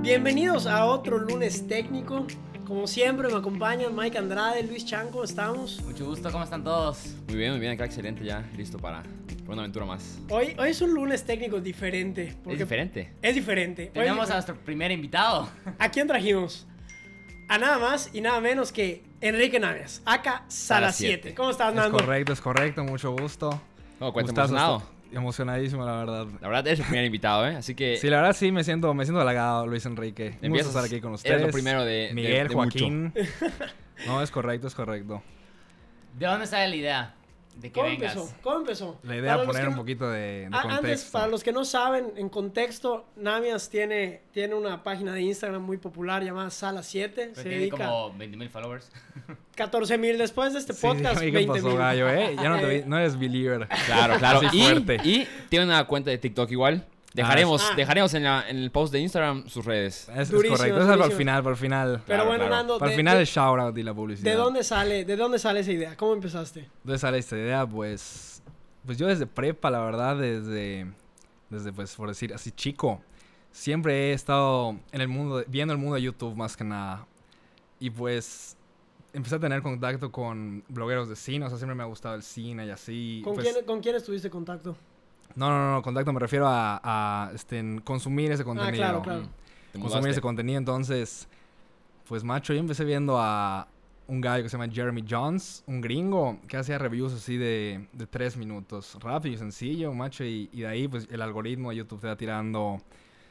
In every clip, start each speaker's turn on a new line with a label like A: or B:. A: Bienvenidos a otro lunes técnico. Como siempre me acompañan Mike Andrade, Luis Chanco, estamos.
B: Mucho gusto, ¿cómo están todos?
C: Muy bien, muy bien, acá excelente ya, listo para, para una aventura más.
A: Hoy, hoy es un lunes técnico diferente.
C: Es diferente.
A: Es diferente. Hoy es
B: Tenemos a
A: diferente.
B: nuestro primer invitado.
A: ¿A quién trajimos? A nada más y nada menos que Enrique Navias, acá Sala
C: Sala
A: 7.
C: siete.
A: ¿Cómo estás,
D: Es
A: Nando?
D: correcto, es correcto, mucho gusto.
C: No, cuenta
D: Gustazo,
C: emocionado.
D: estoy Emocionadísimo, la verdad.
C: La verdad es el primer invitado, ¿eh? Así que
D: Sí, la verdad sí, me siento, me siento halagado, Luis Enrique. Un gusto estar aquí con ustedes.
C: Eres lo primero de de-
D: Miguel,
C: de mucho.
D: Joaquín. No, es correcto, es correcto.
B: ¿De dónde sale la idea de que
A: ¿Cómo
B: vengas?
A: empezó? ¿Cómo empezó?
D: La idea
A: Para los
D: es poner
A: que
D: un
A: no-
D: poquito de, de
A: Ah,
D: contexto.
A: Antes, para los que no saben, en contexto, Namias tiene, tiene una página de Instagram muy popular llamada Sala 7.
B: Pero
A: Se
B: tiene
A: dedica
B: como 20.000 followers.
A: 14 mil después de este
D: Sí,
A: podcast. 20
D: dígame ¿Qué pasó,
A: mil.
D: gallo, eh? Ya no, te vi- no eres believer.
C: Claro, claro.
D: Así fuerte.
C: Y, y tiene una cuenta de TikTok igual. Dejaremos,
A: Ah.
C: dejaremos en, la- en el post de Instagram sus redes.
D: Es, es
A: Durísimo,
D: correcto, eso es para el
A: durísimo.
D: final, para el final.
A: Pero
C: Claro,
A: bueno,
C: claro.
A: Nando,
D: Para
A: de-
D: el final
A: de-
D: el shout out y la publicidad.
A: ¿De dónde sale? ¿De dónde sale esa idea? ¿Cómo empezaste?
D: Entonces sale esta idea, pues, pues yo desde prepa, la verdad, desde, desde pues, por decir así, chico, siempre he estado en el mundo, de- viendo el mundo de YouTube más que nada. Y pues empecé a tener contacto con blogueros de cine, o sea, siempre me ha gustado el cine y así.
A: ¿Con,
D: pues-
A: quién, ¿Con quién estuviste en contacto? Ah,
D: No, no, no, contacto me refiero a, a, este, en consumir ese contenido.
A: Ah, claro, claro.
D: Mm.
C: Te
D: Consumir ese
C: mudaste.
D: contenido, entonces, pues macho, yo empecé viendo a un gallo que se llama Jeremy Jones, un gringo, que hacía reviews así de, de tres minutos, rápido y sencillo, macho, y, y de ahí pues el algoritmo de YouTube te va tirando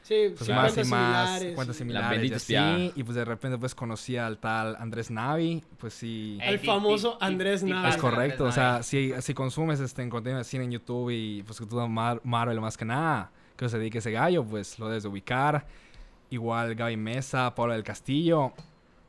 A: Sí,
D: pues,
A: sí,
D: más y
A: cuentas
D: más
A: similares,
D: cuentas
A: sí.
C: La
D: similares y
C: bendita
D: así,
C: espiada.
D: y pues de repente pues conocí al tal Andrés Navi, pues sí...
A: El famoso Andrés Navi.
B: Ah,
D: Es
A: Andrés
D: correcto, o sea, si, si consumes este en contenido de cine en YouTube y pues que todo Mar- Marvel más que nada, que se dedique ese gallo, pues lo debes de ubicar. Igual Gaby Mesa, Paula del Castillo,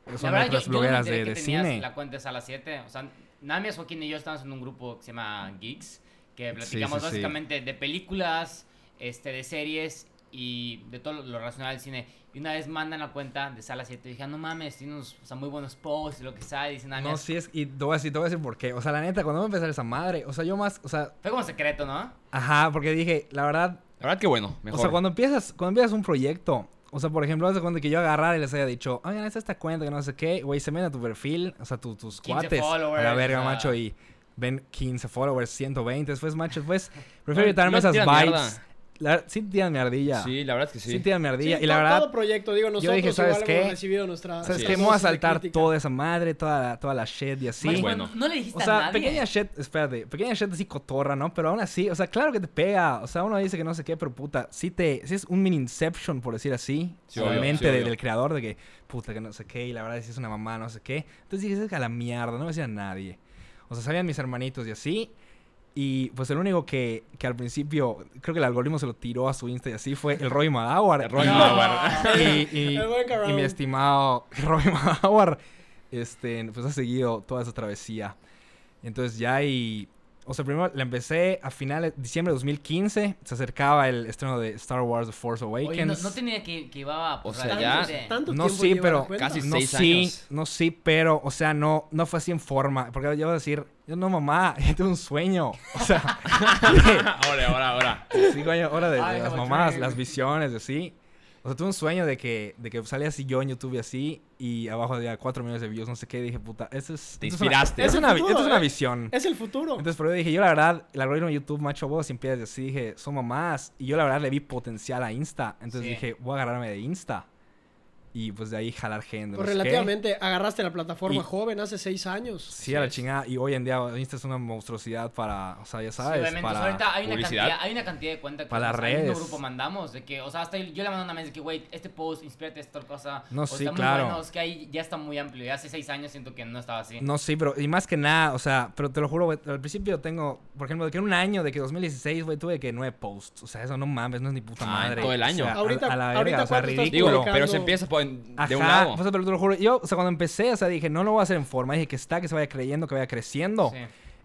D: que
B: La
D: son
B: verdad, yo,
D: otras
B: yo no me
D: blogueras
B: enteré
D: de, de
B: que tenías
D: cine.
B: La cuenta es a las 7. O sea, Namias, Joaquín y yo estamos en un grupo que se llama Geeks, que platicamos
D: sí, sí.
B: básicamente de películas, este, de series y de todo lo- lo relacionado al cine. Y una vez mandan la cuenta de Sala 7 y dije, "Ah, no mames, tiene unos o sea, muy buenos posts y lo que sea. Y "Ah, dice Namias.
D: No, sí es, y te voy a decir, te voy a decir por qué. O sea, la neta, cuando me empezar esa madre, o sea, yo más, o sea,
B: Fue como secreto, ¿no?
D: ajá, porque dije, la verdad,
C: La verdad que bueno, mejor.
D: O sea, cuando empiezas, cuando empiezas un proyecto, o sea, por ejemplo, haz de cuenta que yo agarrar y les haya dicho, oigan, esta esta cuenta que no sé qué, güey, se ven a tu perfil, o sea, tu- tus
B: 15
D: cuates. A la
B: followers,
D: verga,
B: ah.
D: macho, y ven 15 followers, 120, después, macho, después, prefiero
C: No,
D: evitarme
C: no
D: esas
C: tiran
D: vibes.
C: mierda.
D: La verdad, sí tiran mi ardilla. Sí,
C: Sí, la verdad que sí.
D: tiran mi ardilla.
A: Sí,
D: y la
A: todo-
D: verdad,
A: todo proyecto, digo, nosotros
D: dije, ¿sabes
A: igual
D: qué?
A: hemos recibido nuestra...
D: ¿sabes
C: Así
D: qué?
C: es.
D: Me voy a
A: dosis de
D: saltar
A: crítica.
D: toda esa madre, toda la, toda la shit y así.
B: Más
C: bueno.
B: No, no le dijiste
D: O sea,
B: a nadie.
D: pequeña shit, espérate, pequeña shit así cotorra, ¿no? Pero aún así, o sea, claro que te pega. O sea, uno dice que no sé qué, pero puta, sí te, sí es un mini inception, por decir así,
C: Sí, obvio,
D: obviamente
C: sí, obvio.
D: del creador, de que puta que no sé qué, y la verdad sí es una mamá, no sé qué. Entonces dije, es a la mierda, no me decía a nadie. O sea, sabían mis hermanitos y así. Y pues el único que, que al principio, creo que el algoritmo se lo tiró a su Insta y así fue el Roy Madawar.
C: El Roy
D: Y-
C: Madawar.
D: y, y-
A: El buen cabrón.
D: y mi estimado Roy Mauer, este, pues ha seguido toda esa travesía. Entonces ya y... O sea, primero la empecé a finales de diciembre de 2015. Se acercaba el estreno de Star Wars The Force Awakens.
B: Oye, no, no tenía que, que iba a...
C: O sea,
A: Tanto-
C: ya-
B: realmente-
A: tanto
D: No,
A: tiempo
D: sí,
A: lleva la
D: pero
A: cuenta.
C: casi-
D: no
C: seis
D: sí,
C: años.
D: no sí, pero, o sea, no, no fue así en forma. Porque yo voy a decir, yo no mamá, yo tuve un sueño. O sea,
C: Ah, Ahora, ahora, ahora.
D: sí, coño, ahora de, de
B: Ay,
D: las
B: como
D: mamás,
B: Trey.
D: las visiones, y así. O sea, tuve un sueño de que, de que salía así yo en YouTube y así, y abajo había 4 millones de views, no sé qué, y dije, puta, esto es...
C: Te
D: esto es una-
C: inspiraste.
D: esto Es una, vi-
A: Es el
D: esto es
A: futuro,
D: una
A: eh.
D: visión.
A: Es el futuro.
D: Entonces, pero yo dije, yo la verdad, el algoritmo de YouTube, macho, vos sin piedras, y así dije, son mamás. Y yo la verdad le vi potencial a Insta. Entonces
B: Sí.
D: dije, voy a agarrarme de Insta. Y pues de ahí jalar gente.
A: Pues
D: no sé qué.
A: relativamente agarraste la plataforma
D: Y-
A: joven hace seis años.
D: Sí, a la chingada. Y hoy en día Insta es una monstruosidad para, o sea, ya
B: Sí,
D: sabes,
B: obviamente. O sea,
D: para...
B: ahorita hay una,
C: publicidad.
B: cantidad, hay una cantidad de cuentas que
D: Para
B: nosotros
D: las
B: al mismo
D: redes.
B: grupo mandamos. De que, o sea, hasta yo yo le mando una mensaje de que, güey, este post, inspírate esta cosa.
D: No,
B: o
D: sí,
B: está muy
D: claro.
B: bueno, es que ahí ya está muy amplio. Ya hace seis años siento que no estaba así.
D: No, sí, pero... Y más que nada, o sea, pero te lo juro, güey, al principio tengo, por ejemplo, de que en un año, de que 2016, güey, tuve que nueve posts. O sea, eso no mames, no es ni puta
C: Ah, en
D: madre.
C: todo el año.
D: O sea, a-
A: Ahorita-
D: a, la verga,
A: ahorita
D: o sea,
A: cuánto estás
C: Digo,
D: ridículo.
A: publicando.
C: pero se empieza por- de un
D: Ajá,
C: lado.
D: pues, pero te lo juro. Yo, o sea, cuando empecé, o sea, dije, no lo voy a hacer en forma. Dije que está, que se vaya creyendo, que vaya creciendo.
B: Sí,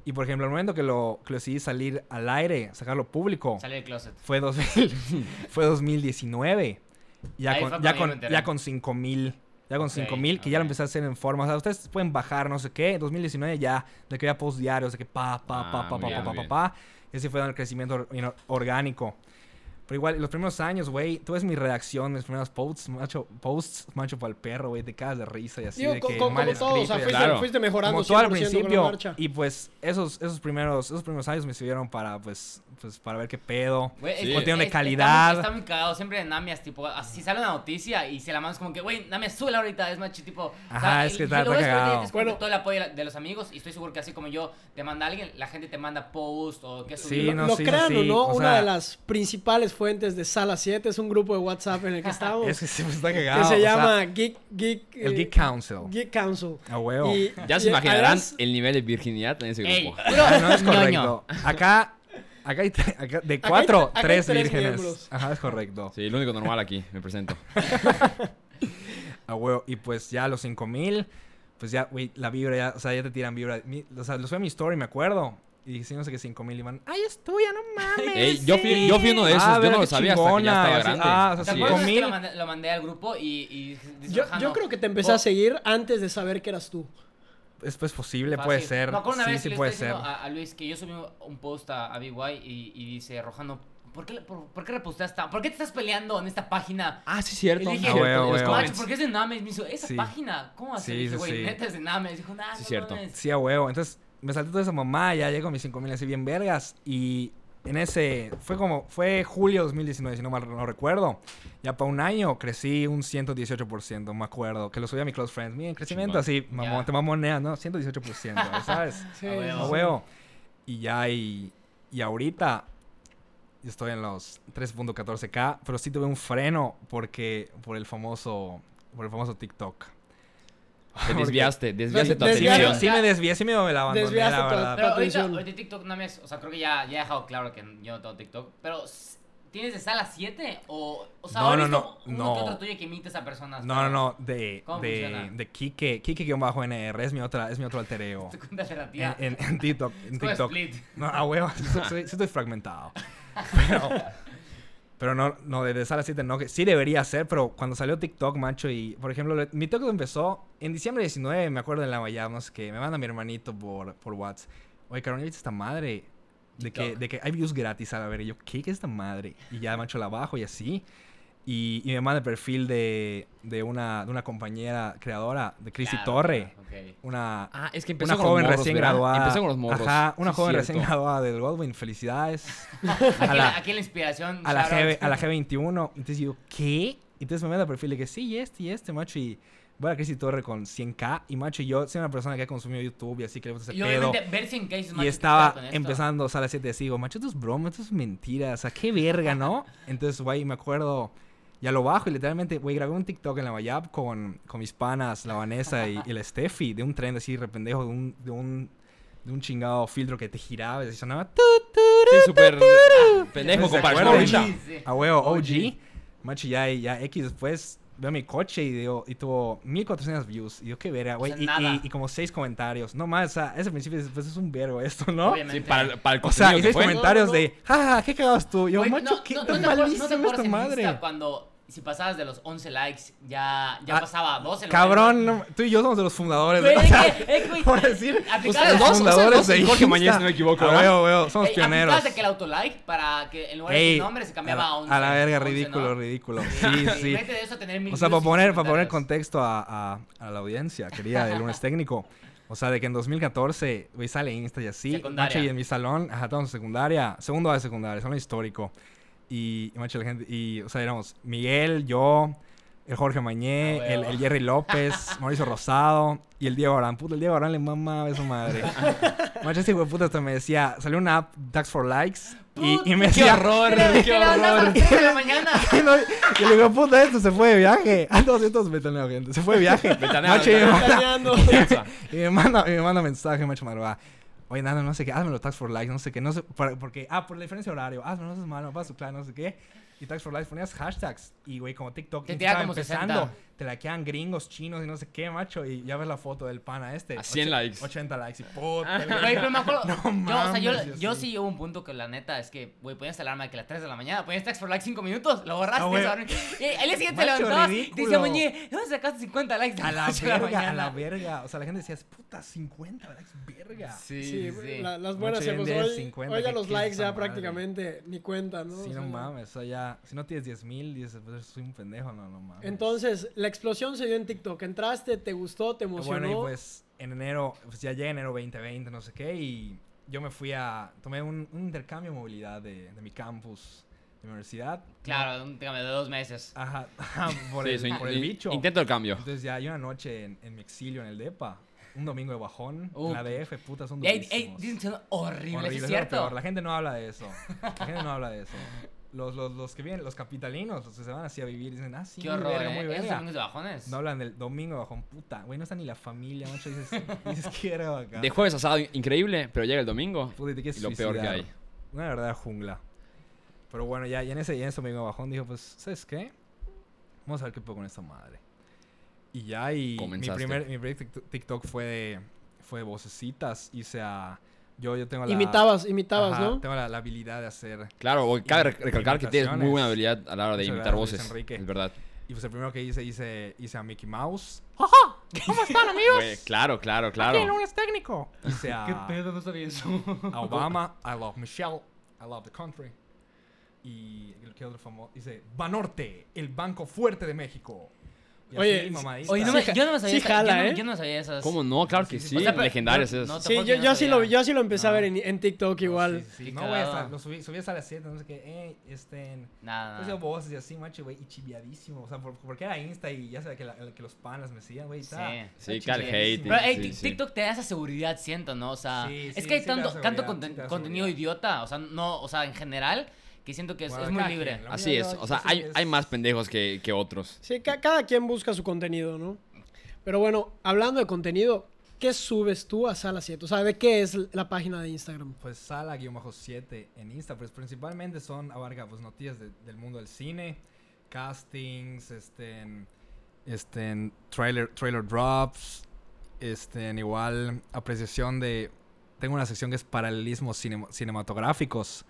D: Y por ejemplo, el momento que lo, que lo decidí salir al aire, sacarlo público,
B: salí del closet.
D: fue, 2000 fue 2019. Ya
B: Ahí
D: con,
B: fue
D: ya
B: cuando yo me
D: con,
B: enteré.
D: ya con 5000. Ya con
B: Ok,
D: 5000, que ya
B: ok.
D: lo empecé a hacer en forma. O sea, ustedes pueden bajar, no sé qué. En 2019 ya, de que había post diarios, de que pa, pa,
C: Ah,
D: pa, pa,
C: muy
D: pa,
C: bien, muy
D: pa, pa, pa,
C: bien.
D: pa. Y así fue dando el crecimiento or- in- orgánico. Pero igual, los primeros años, güey, tú ves mi reacción, mis primeros posts, macho, posts, macho para el perro, güey, te cagas de risa y así.
A: Digo,
D: de
A: co-
D: que
A: co-
D: mal
A: como todos, o sea,
D: escrito y
A: fuiste,
D: así.
C: Claro.
A: fuiste mejorando
D: como todo al
A: 100% con la
D: principio
A: marcha.
D: y pues esos esos primeros esos primeros años me sirvieron para pues pues para ver qué pedo
B: Güey,
C: Sí.
B: que-
D: Contenido de
B: está muy-
D: calidad.
B: Está muy cagado siempre de Namias, tipo, así sale una noticia y se la mandas como que, güey, Namias, súbela ahorita, es macho, tipo.
D: Ajá, es
B: y- y
D: que está-
B: lo
D: está
B: ves ahorita y
D: cagado.
B: tienes como que
A: Bueno.
B: todo el apoyo de la- de los amigos y estoy seguro que así como yo te manda alguien, la gente te manda post o que
D: Sí,
B: subirlo.
D: no,
A: lo
D: sí,
A: crean o
D: sí,
A: no,
D: o
A: una
D: sea-
A: de las principales fuentes de Sala 7 es un grupo de WhatsApp en el que estamos.
D: es que se me está
A: que
D: cagado o
A: se
D: sea,
A: llama Geek, Geek,
D: el
A: eh,
D: Geek Council
A: Geek Council.
D: a huevo
A: Y-
C: Ya se
A: y
C: imaginarán eh,
A: además-
C: el nivel de virginidad en ese
B: Ey,
C: grupo.
B: puro
D: Ah, no es
B: ñoño.
D: correcto acá acá, hay tre- acá- de
A: Acá hay tre-
D: cuatro
A: acá hay
D: tres,
A: tres
D: vírgenes
A: miembros.
D: ajá es correcto
C: Sí, el único normal aquí, me presento.
D: a huevo y pues ya a los 5000 pues ya güey la vibra ya o sea ya te tiran vibra Mi- o sea los fue mi story me acuerdo y sí, no sé qué 5000 iban ay es tuya no mames
C: Ey, yo, fui, yo fui uno de esos,
D: Ah,
C: yo
D: verga,
C: no lo
D: qué
C: sabía hasta que ya
D: chingona,
C: estaba
D: y así,
C: grande.
D: ah, o
B: ¿Te
D: sea,
C: Así
B: acuerdas
C: es.
B: que lo
D: 5000?
B: mandé, lo mandé al grupo y, y dice,
A: Yo,
B: "Jano,
A: yo creo que te empecé
B: oh,
A: a seguir antes de saber que eras tú.
D: Es pues posible,
B: fácil".
D: puede ser.
B: Me acuerdo una
D: sí,
B: vez
D: sí
B: que le
D: puede
B: estoy
D: ser.
B: diciendo A, a Luis que yo subí un post a, a BY y, y dice, Rojano, ¿por qué, le- por, por qué reposteaste? tan- ¿Por qué te estás peleando en esta página?
C: Ah, sí, cierto.
B: Y dije,
C: cierto,
D: Ah,
C: en los
D: huevo,
B: Macho,
C: comments.
B: ¿por qué es de Names? Me hizo, esa
D: Sí.
B: página, ¿cómo así?
D: Sí,
B: Le dije,
D: sí,
B: güey,
D: sí.
B: neta es de Names. Dijo, nah,
C: Sí,
B: no
C: cierto.
B: mames".
D: Sí, a huevo. Entonces me salté toda esa mamá, ya llego a mis 5000 así bien vergas. Y en ese. Fue como. Fue julio 2019, si no mal no recuerdo. Ya para un año crecí un 118%, me acuerdo. Que lo subí a mi close friends. Miren, crecimiento
C: Chingón.
D: así, mamón,
B: Ya.
D: te mamoneas, ¿no? 118%, ¿sabes?
A: Sí,
B: A huevo.
D: a huevo. Y ya, y, y ahorita estoy en los 3.14k, pero sí tuve un freno porque por el famoso por el famoso TikTok.
C: Te desviaste, desviaste tu
A: Des-
D: Sí me,
A: desviaron.
C: atención.
D: sí me desvié, sí me la abandoné,
A: Desviaste
D: la
A: tu-
D: verdad.
B: Pero ahorita,
A: atención.
B: ahorita TikTok no me es- O sea, creo que ya, ya he dejado claro que yo no tengo TikTok. Pero, s- ¿tienes de sala 7? O, o sea,
D: No,
B: ahora
D: no,
B: es
D: no,
B: uno
D: no.
B: que otro tuyo que imites a personas.
D: No, no,
B: pero-
D: no, de,
B: ¿Cómo
D: de,
B: funciona?
D: de Kike, Kike-NR, es mi otra, es mi otro alter ego.
B: Te cuentas de la
D: En,
B: tía.
D: en- en TikTok, en
B: Es como
D: TikTok.
B: Split.
D: No, a huevo, sí, sí estoy fragmentado. Pero, pero no, no, desde Sala 7 no, que sí debería ser, pero cuando salió TikTok, macho, y por ejemplo, le- mi TikTok empezó en diciembre 19, me acuerdo en la Guayamos, que me manda mi hermanito por, por WhatsApp. Oye, cabrón, ¿ya viste esta madre? De que,
B: TikTok.
D: de que hay views gratis a la verga. Y Yo, ¿qué es esta madre? Y ya, macho, la bajo y así. Y, y me manda el perfil de, de, una, de una compañera creadora, de Cristi
B: Claro,
D: Torre.
B: claro, ok.
D: Una,
C: Ah, es que empezó
D: una
C: con los
D: joven
C: morros,
D: recién
C: ¿verdad?
D: graduada.
C: Empezó con los morros.
D: Ajá, una
C: Sí,
D: joven
C: cierto.
D: recién graduada del Godwin. Felicidades.
B: Aquí,
D: la-
B: la, aquí la inspiración.
D: a, la
B: shout out.
D: G, a la G21. Entonces yo, ¿qué? Entonces me manda perfil de que sí, y este, y este, macho. Y voy a Cristi Torre con 100k. Y macho, yo soy una persona que ha consumido YouTube y así que le gusta ese
B: Y
D: pedo.
B: obviamente, ver si en cases, macho,
D: Y
B: ¿qué
D: estaba
B: pedo con esto?
D: empezando Sala 7 así, digo, macho, esto es broma, esto es mentira, o sea, qué verga, ¿no? Entonces, güey, me acuerdo, ya lo bajo y literalmente, güey, grabé un TikTok en la Bayab con, con mis panas, la Vanessa y, y la Steffi, de un tren así rependejo, de un, de un, de un chingado filtro que te giraba y así sonaba tu, tu,
C: Sí,
D: ru,
C: súper ah,
D: tu, ru.
C: pendejo
D: ¿Se
C: comparación
D: acuerdan?
C: ahorita.
B: Sí, sí.
D: A huevo, OG.
B: OG.
D: Macho, ya, ya X después veo mi coche y, digo, y tuvo 1400 views. Y yo, qué verga, güey.
B: sea,
D: y,
B: nada.
D: y- y como 6 comentarios. No más, o sea, ese principio dices, pues es un vergo esto, ¿no?
B: Obviamente.
C: Sí, para, para el
D: O sea,
C: contenido
D: y
C: que
D: seis
C: fue.
D: comentarios
A: No, no, no.
D: de, jaja, ¿qué cagabas tú? Yo,
B: Güey,
D: macho, qué
B: te
D: tan
B: acuerdas-
D: malísimo
B: te acuerdas
D: esta
B: en
D: madre.
B: Insta cuando si pasabas de los 11 likes ya, ya
D: Ah,
B: pasaba a 12.
D: Cabrón, no- tú y yo somos de los fundadores.
B: Güey,
D: ¿no?
B: es
D: O sea,
B: que- es que, güey,
D: por decir,
B: aplicaba-
D: ustedes
C: Dos-
D: los fundadores
C: ustedes dos
D: de
C: y Jorge
D: Insta.
C: Mañez, si no me equivoco,
D: A
C: ¿verdad?
D: huevo, huevo, somos
B: Somos
D: pioneros.
B: de que el autolike para que en lugar de
D: Ey,
B: tu nombre se cambiaba
D: a,
B: a 11.
D: a la verga,
B: 11,
D: ridículo,
B: ¿no?
D: ridículo. Sí, sí.
B: Vete de eso a tener mil
D: O sea,
B: views
D: para
B: y
D: poner, para poner
B: comentarios.
D: contexto a, a- a la audiencia, querida, del lunes técnico. O sea, de que en 2014, güey, sale Insta y así.
B: Secundaria.
D: Macho, y en mi salón, ajá, estábamos en secundaria, segundo de secundaria, salón histórico. Y, y, macho, la gente, y, o sea, éramos Miguel, yo, el Jorge Mañé,
B: Ah,
D: el,
B: huevo.
D: el Jerry López, Mauricio Rosado y el Diego Arán. Puta, el Diego Arán le mamaba a su madre. macho, ese güey puta hasta me decía, salió una app, Dax for Likes, y, y
B: Puta,
D: me decía...
B: Pero, ¿qué onda? A las 3 de la mañana.
D: Y no- y le digo, puta, esto se fue de viaje. Ah, no, sí, esto es betaneo, gente. Se fue de viaje.
C: Betaneo,
D: Macho, y me
C: betaneo.
D: manda-
A: Planeando.
D: y me manda, y me manda mensaje, macho madrugada. Oye, nada, no sé qué, hazme los tax for likes, no sé qué, no sé, para- porque, ah, por la diferencia de horario, hazme, no seas malo, para su clan, no sé qué. Y tax for likes ponías hashtags. Y, güey, como TikTok
B: Te
D: ni
B: tira
D: estaba
B: como 60.
D: empezando, te la quedan gringos, chinos y no sé qué, macho. Y ya ves la foto del pana este.
C: A 100
D: och-
C: likes.
D: 80 likes. Y puta, güey.
B: Güey, pero me acuerdo.
D: No
B: yo, o sea, yo,
D: mames, yo
B: yo
D: sí.
B: sí hubo un punto que la neta es que, güey, ponías alarma de que a las 3 de la mañana, ponías text for like 5 minutos, lo borraste.
D: Ah, güey.
B: esa- y al día siguiente te
D: Macho,
B: levantabas y te
D: ridículo.
B: decía, Muñe, ¿dónde sacaste 50 likes? de
D: A la
B: ocho de
D: verga, a
B: mañana?"
D: la verga. O sea, la gente decía, puta, 50 likes, verga.
B: Sí,
A: Sí,
B: sí.
A: güey, la- las buenas
D: Mucho, hoy en
A: épocas.
D: día es
A: Hoy,
D: 50,
A: hoy ya
D: ¿qué-
A: los
D: qué es
A: likes
D: esa
A: ya
D: madre?
A: prácticamente ni cuentan, ¿no?
D: Sí,
A: O sea,
D: no mames, o sea, ya, si no tienes 10 mil, dices, pues soy un pendejo, no, no mames.
A: Entonces, la explosión se dio en TikTok. Entraste, te gustó, te
D: Eh,
A: emocionó.
D: Bueno, y pues en enero, pues ya llega enero 2020, no sé qué, y yo me fui a, tomé un, un intercambio de movilidad de, de mi campus, de mi universidad.
B: Claro, un tema de dos meses.
D: Ajá, ajá, por,
C: Sí,
D: el,
C: eso, in-
D: por el
C: in-
D: bicho.
C: Intento el cambio.
D: Entonces ya hay una noche en, en mi exilio en el DEPA, un domingo de bajón,
B: Uh.
D: en la DF, puta, son
B: Y ahí- ahí
D: durísimos.
B: dicen que son horribles,
D: Horrible,
B: ¿es
D: eso es lo
B: cierto?
D: peor, La gente no habla de eso. La gente no habla de eso. Los, los, los que vienen, los capitalinos, los que se van así a vivir, dicen, ah, sí,
B: Qué
D: muy
B: horror,
D: verga,
B: ¿eh?
D: muy
B: Esos
D: verga.
B: domingos de bajones.
D: No hablan del domingo bajón, puta. Güey, no está ni la familia, macho. Dices, dices quiero acá.
C: De jueves a sábado, increíble, pero llega el domingo.
D: Puta, y te quieres
C: y lo peor que
D: suicidar.
C: hay.
D: Una verdadera jungla. Pero bueno, ya, ya en ese, ya en ese domingo bajón dijo, pues, ¿sabes qué? Vamos a ver qué puedo con esta madre. Y ya, y mi
C: Comenzaste.
D: primer, mi primer tic- TikTok fue de, fue de vocecitas. Hice a... Yo, yo tengo la...
A: Imitabas, imitabas,
D: Ajá,
A: ¿no?
D: Tengo la, la habilidad de hacer
C: Claro, o- cabe
D: Y-
C: re- recalcar que tienes muy buena habilidad a la hora de
D: Muchas
C: imitar
D: gracias,
C: voces.
D: Enrique.
C: Es verdad.
D: Y pues el primero que hice, hice, hice a Mickey Mouse.
C: Güey, claro, claro, claro.
D: es técnico! Hice a,
B: no sabía eso?
D: a Obama. I love Michelle. I love the country. Y ¿qué otro famoso? Hice Banorte, el banco fuerte de México. Y
A: Oye,
D: así, mamadita.
B: Oye, no me,
A: Sí,
B: yo no me sabía
A: sí
B: esa-
A: jala,
B: yo, no,
A: ¿eh?
B: yo no me sabía esas.
C: ¿Cómo no? Claro que
D: Sí, sí,
C: sí.
D: sí. O sea,
B: pero-
C: Legendarias
B: no-
C: esas.
B: no te-
A: Sí,
B: Tampoco
A: yo,
B: yo no
A: yo sí lo,
B: sabía. Ah,
A: yo sí lo empecé a
D: No.
A: ver en, en TikTok igual.
D: No, sí, sí,
B: Qué
D: sí. No, güey, hasta
B: cagado.
D: lo subí, subí hasta las 7, no sé qué. Eh, este...
B: Nada,
D: Hacía
B: nada.
D: voces y así, macho, güey, y chiviadísimo. O sea, por- porque era Insta y ya sabía que, la- que los pan las mecían, güey.
B: Sí.
D: está- está
C: Sí, cal hate.
D: chiviadísimo.
B: Pero hey,
C: Sí,
B: tic-
C: sí.
B: TikTok te da esa seguridad, siento, ¿no? O sea,
D: Sí,
B: es
D: sí,
B: que hay
D: sí te da
B: tanto, tanto
D: seguridad,
B: conten-
D: sí te da
B: contenido
D: seguridad.
B: idiota, o sea, no, o sea, en general, que siento que es,
D: Bueno,
B: es muy
D: cada
B: libre.
D: quien, la
C: Así
D: mía
C: es.
D: no,
C: O sea,
D: yo sí
C: hay,
D: es-
C: hay más pendejos que, que otros.
A: Sí, ca- cada quien busca su contenido, ¿no? Pero bueno, hablando de contenido, ¿qué subes tú a Sala 7? O sea, ¿de qué es la página de Instagram?
D: Pues sala-7 en Insta, pues principalmente son, abarca pues noticias de- del mundo del cine, castings, este, en- este, en trailer, trailer drops, este, en igual apreciación de, tengo una sección que es paralelismos cine- cinematográficos,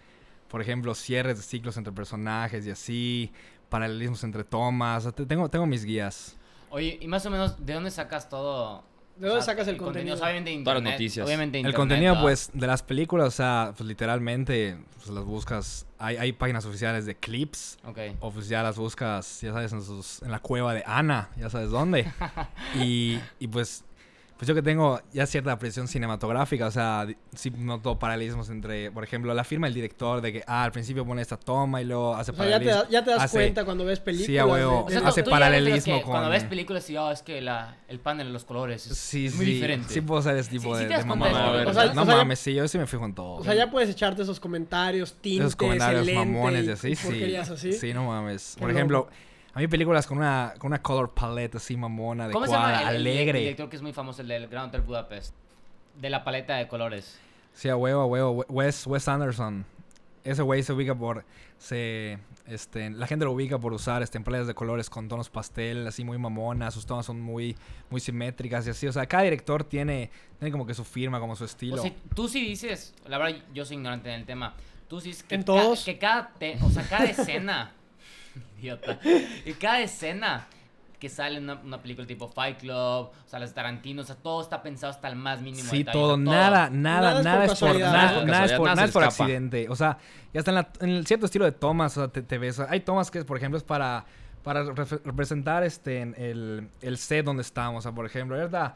D: por ejemplo, cierres de ciclos entre personajes y así, paralelismos entre tomas, o sea, te- tengo, tengo mis guías.
B: Oye, y más o menos, ¿de dónde sacas todo?
A: ¿De dónde sacas el contenido?
B: O sea, obviamente de
C: Todas las
B: internet,
C: noticias.
B: Obviamente de
D: El
B: internet, ah.
D: contenido,
B: ¿verdad?
D: pues, de las películas, o sea, pues literalmente, pues las buscas, hay, hay páginas oficiales de clips,
B: Ok.
D: o pues ya las buscas, ya sabes, en, sus- en la cueva de Ana, ya sabes dónde. y, y pues, pues yo que tengo ya cierta apreciación cinematográfica, o sea, di- sí noto paralelismos entre, por ejemplo, la firma del director de que, ah, al principio pone esta toma y luego hace
A: O sea, ya te, da-
D: paralelismo.
A: ya te das
D: hace-
A: cuenta cuando ves películas.
D: Ah, sí, a huevo.
A: de- de-
D: O sea,
B: tú-
D: hace
B: tú ya eres de los
D: paralelismo
B: que Cuando
D: con-
B: ves películas y, oh, es que la, el panel, los colores, es
D: Sí,
B: es muy
D: sí,
B: diferente.
D: sí puedo hacer ese tipo
B: Sí, sí
D: de,
B: te das
D: de
B: cuenta de
C: eso,
D: mamadas, la
C: ¿verdad?
D: verdad.
A: O sea,
D: no
A: o sea,
D: mames, sí, yo sí me fui con todo.
A: o sea, ya puedes echarte esos comentarios, tintes,
D: esos comentarios
A: el lente,
D: mamones y
A: y
D: así, sí.
A: porquerías así. Eh,
D: Sí, no mames.
A: Qué
D: Por
A: loco.
D: ejemplo, a mí películas con una, con una color palette así mamona,
B: ¿Cómo se llama
D: adecuada,
B: el- el, el
D: alegre.
B: director que es muy famoso, el del Grand Hotel Budapest? De la paleta de colores.
D: Sí, a huevo, a huevo. Wes, Wes Anderson. Ese güey se ubica por. Se, este, la gente lo ubica por usar este, en paletas de colores con tonos pastel, así muy mamona. Sus tonos son muy, muy simétricas y así. O sea, cada director tiene, tiene como que su firma, como su estilo.
B: O sea, tú sí dices, la verdad, yo soy ignorante en el tema. Tú sí dices que,
A: ¿En
B: ca-
A: todos?
B: que cada, te- o sea, cada escena, idiota, y cada escena que sale en una, una película tipo Fight Club, o sea, las de Tarantino, o sea, todo está pensado hasta el más mínimo
D: Sí,
B: detalle,
D: todo,
B: o sea,
D: nada, nada, nada es por
A: casualidad,
D: nada,
C: ¿no?
D: nada es por,
C: Nada se
D: nada es por
C: escapa.
D: accidente. O sea, ya está en, la- en el cierto estilo de tomas, o sea, te, te ves. Hay tomas que, por ejemplo, es para, para re- representar este, en el, el set donde estamos. O sea, por ejemplo, ¿verdad?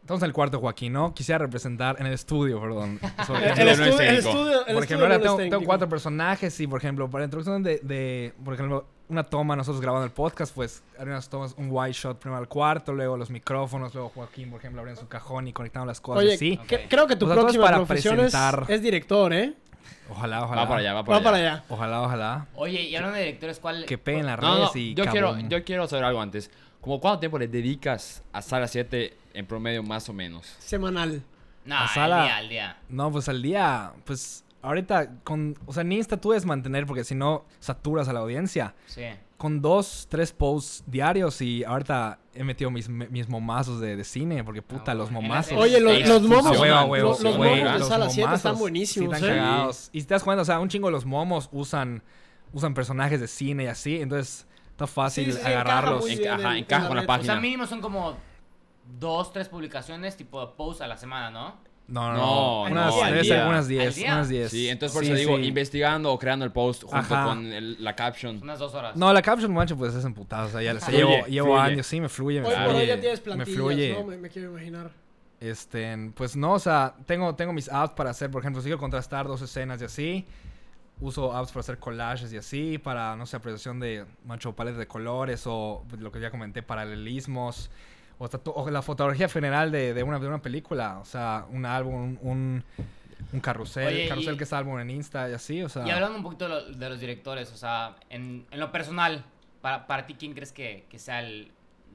D: Estamos en el cuarto, Joaquín, ¿no? Quisiera representar en el estudio, perdón. Sorry.
A: El, el
C: no
A: estudio,
C: es
A: el
C: técnico.
A: estudio, el estudio
D: por ejemplo, ahora
A: no
D: tengo,
A: es
D: tengo
A: técnico.
D: cuatro personajes y, por ejemplo, para la introducción de, de, por ejemplo, una toma, nosotros grabando el podcast, pues, había unas tomas, un wide shot primero al cuarto, luego los micrófonos, luego Joaquín, por ejemplo, abriendo su cajón y conectando las cosas
A: Oye,
D: así.
A: que-
B: Ok.
A: creo que tu
D: O sea, todo es
A: próxima
D: para
A: profesión es,
D: presentar. Ah,
A: es director, ¿eh?
D: Ojalá, ojalá.
C: Va para allá, va
A: Va
C: para allá.
A: para allá.
D: Ojalá, ojalá.
B: Oye, y hablando de directores, ¿cuál?
D: Que peguen las
C: No,
D: redes
C: no,
D: y
C: yo quiero,
D: kaboom.
C: yo quiero saber algo antes. Como cuánto tiempo le dedicas a Sala 7 en promedio más o menos?
A: Semanal.
B: No, al
D: Sala-
B: día, al día.
D: No, pues al día, pues ahorita, con, o sea, en Insta tú debes mantener porque si no saturas a la audiencia.
B: Sí.
D: Con dos, tres posts diarios y ahorita he metido mis, mis momazos de, de cine porque puta,
B: Ah,
D: los
B: bueno.
D: momazos.
A: Oye, los,
B: Sí,
A: los momos,
D: A huevo, a
A: los-
D: huevo,
A: los,
D: sí,
A: momos
D: güey.
A: de
D: Los
A: Sala 7 están
D: momazos,
A: buenísimos,
D: sí, están
A: ¿eh?
D: cagados. Y si te das cuenta, o sea, un chingo de los momos usan, usan personajes de cine y así, entonces está fácil
A: Sí, sí, sí, encaja
D: agarrarlos.
A: muy
C: Enca-
A: bien
C: ajá,
A: en- en
C: encaja con la
A: red.
B: O
C: página.
B: sea, mínimo son como dos, tres publicaciones tipo de post a la semana, ¿no?
D: No, no,
C: No,
D: no. Unas,
A: no, al
D: debe ser
A: día.
D: unas
B: Al
D: 10,
B: día.
D: unas 10.
C: Sí, entonces por eso
D: Sí,
C: digo,
D: sí.
C: investigando o creando el post junto
D: Ajá.
C: con el- la caption.
B: Unas dos horas.
D: No, la caption, mancha, pues es emputada. O sea, ya o sea,
C: Fluye,
D: llevo, llevo
C: fluye.
D: años, sí, me fluye, me
A: Hoy por hoy ya
D: fluye.
A: tienes
D: Me
A: plantillas,
D: fluye.
A: ¿no? Me, me quiero imaginar.
D: Este, pues no, o sea, tengo, tengo mis apps para hacer, por ejemplo, si quiero contrastar dos escenas y así. Uso apps para hacer collages y así, para, no sé, apreciación de mancho paletas de colores o pues, lo que ya comenté, paralelismos. O, tatu- o la fotografía general de, de una, de una película, o sea, un álbum, un, un, un carrusel,
B: Oye,
D: carrusel
B: y-
D: que es álbum en Insta y así, o sea.
B: Y hablando un poquito de, lo- de los directores, o sea, en, en lo personal, para, para ti, ¿quién crees que, que sea el.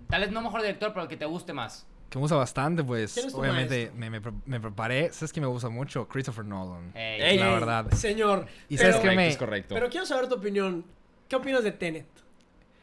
B: Tal vez no mejor director, pero que te guste más?
D: que me gusta bastante, pues
A: ¿Quién es tu
D: obviamente me, me, pre- me preparé. ¿Sabes que me gusta mucho? Christopher Nolan.
B: Ey,
C: Ey,
D: la verdad.
A: Señor.
D: Y
A: pero,
D: sabes que
C: Correcto,
D: me...
C: es correcto.
A: pero quiero saber tu opinión. ¿Qué opinas de Tenet?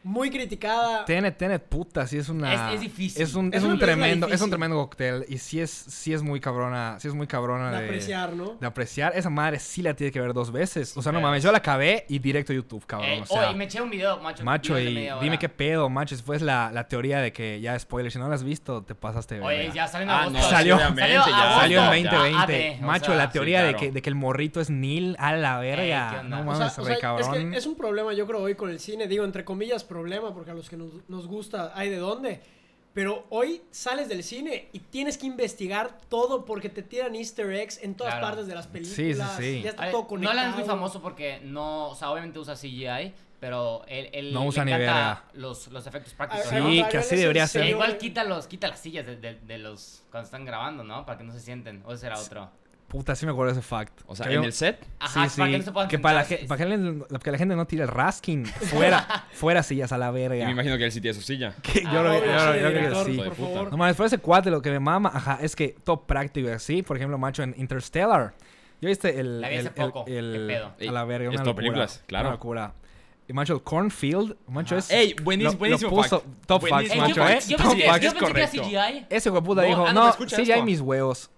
A: Muy criticada.
D: Tenet, Tenet, puta, sí es una...
B: Es- es difícil.
D: Es un,
A: Es
D: es
A: una
D: un
A: película
D: tremendo, es
A: difícil.
D: un tremendo cóctel y sí es, sí es muy cabrona, sí es muy cabrona
A: de
D: de...
A: apreciar, ¿no?
D: de apreciar. Esa madre sí la tiene que ver dos veces. O sea, no
B: claro.
D: mames, yo la acabé y directo a YouTube, cabrón.
B: Ey,
D: o sea,
B: Eh, oye, me eché un video, macho.
D: macho,
B: video de
D: y
B: media hora.
D: dime qué pedo, macho. Después la, la teoría de que ya spoiler, si no la has visto, te pasaste. de
B: Oye,
D: verga.
B: ya salió en
C: Ah,
B: agosto.
C: no,
D: Salió.
C: sí, obviamente,
B: Salió
C: ya.
B: agosto.
D: Salió en
C: ya.
D: 2020.
B: AD, o
D: macho,
B: sea, Eh,
D: la teoría
C: sí,
D: de,
C: claro.
D: que, de que el morrito es Neil a la
B: ¿qué
D: verga.
B: onda?
D: no
B: O
A: O
D: mames,
A: sea, o sea,
D: re
A: es,
D: cabrón.
A: que es un problema, yo creo, hoy con el cine. Digo, entre comillas, problema, porque a los que nos, nos gusta hay de dónde. Pero hoy sales del cine y tienes que investigar todo porque te tiran easter eggs en todas
B: Claro.
A: partes de las
D: sí,
A: películas.
D: sí.
A: Ya
B: A
A: está
B: ver,
A: todo conectado.
B: Nolan es muy famoso porque no, o sea, obviamente usa CGI, pero él, él
D: No
B: le
D: usa ni
B: encanta
D: verga.
B: los, los
C: Ah,
B: efectos
A: A-
B: prácticos.
A: a-
B: ¿no?
D: Sí,
A: a-
D: que
A: a-
D: así
A: a-
D: debería
A: a-
D: ser.
B: E
D: pero-
B: igual quita, los, quita las sillas de, de- de los cuando están grabando, ¿no? Para que no se sienten. O ese era otro.
D: Puta, sí me acuerdo de ese fact.
C: O sea,
D: Creo-
C: en el set.
B: Ajá,
D: sí,
B: para que
D: sí.
B: no se puedan
D: que para, la,
B: sentar,
D: ge-
B: sí,
D: para que la- para que la gente no tire el raskin. Fuera, fuera sillas a la
C: Y
D: verga.
C: me imagino que él sí tiene su silla.
D: Que yo
B: Ah,
D: lo-
B: obvio,
D: yo
B: sí,
D: lo- yo creo
A: director,
D: que sí.
C: Hijo de
A: por
C: puta.
A: favor.
D: No mames, fuera ese cuate lo que me mama, ajá, es que todo práctico y así. Por ejemplo, macho, en Interstellar. Yo viste el.
B: La vi hace
D: el- el-
B: poco,
D: el-
B: qué pedo.
D: A la
C: Es
D: verga, una
C: todo
D: locura.
C: películas, claro.
D: Una locura. Y macho, el Cornfield, macho,
B: Ajá.
D: es.
C: Ey, buenísimo,
D: Lo-
C: buenísimo
D: lo puso
C: fact.
D: top
B: sí. Eh,
D: facts,
C: Buenísimo
D: macho,
B: yo,
D: ¿eh?
B: pensé- yo pensé,
C: Sí,
B: que,
C: fact
B: yo
C: es
B: pensé que era
C: correcto.
B: CGI.
D: Ese hueputa
C: No,
D: dijo,
C: ah, no,
D: no,
C: escucha
D: sí, ya hay
C: esto".
D: mis huevos.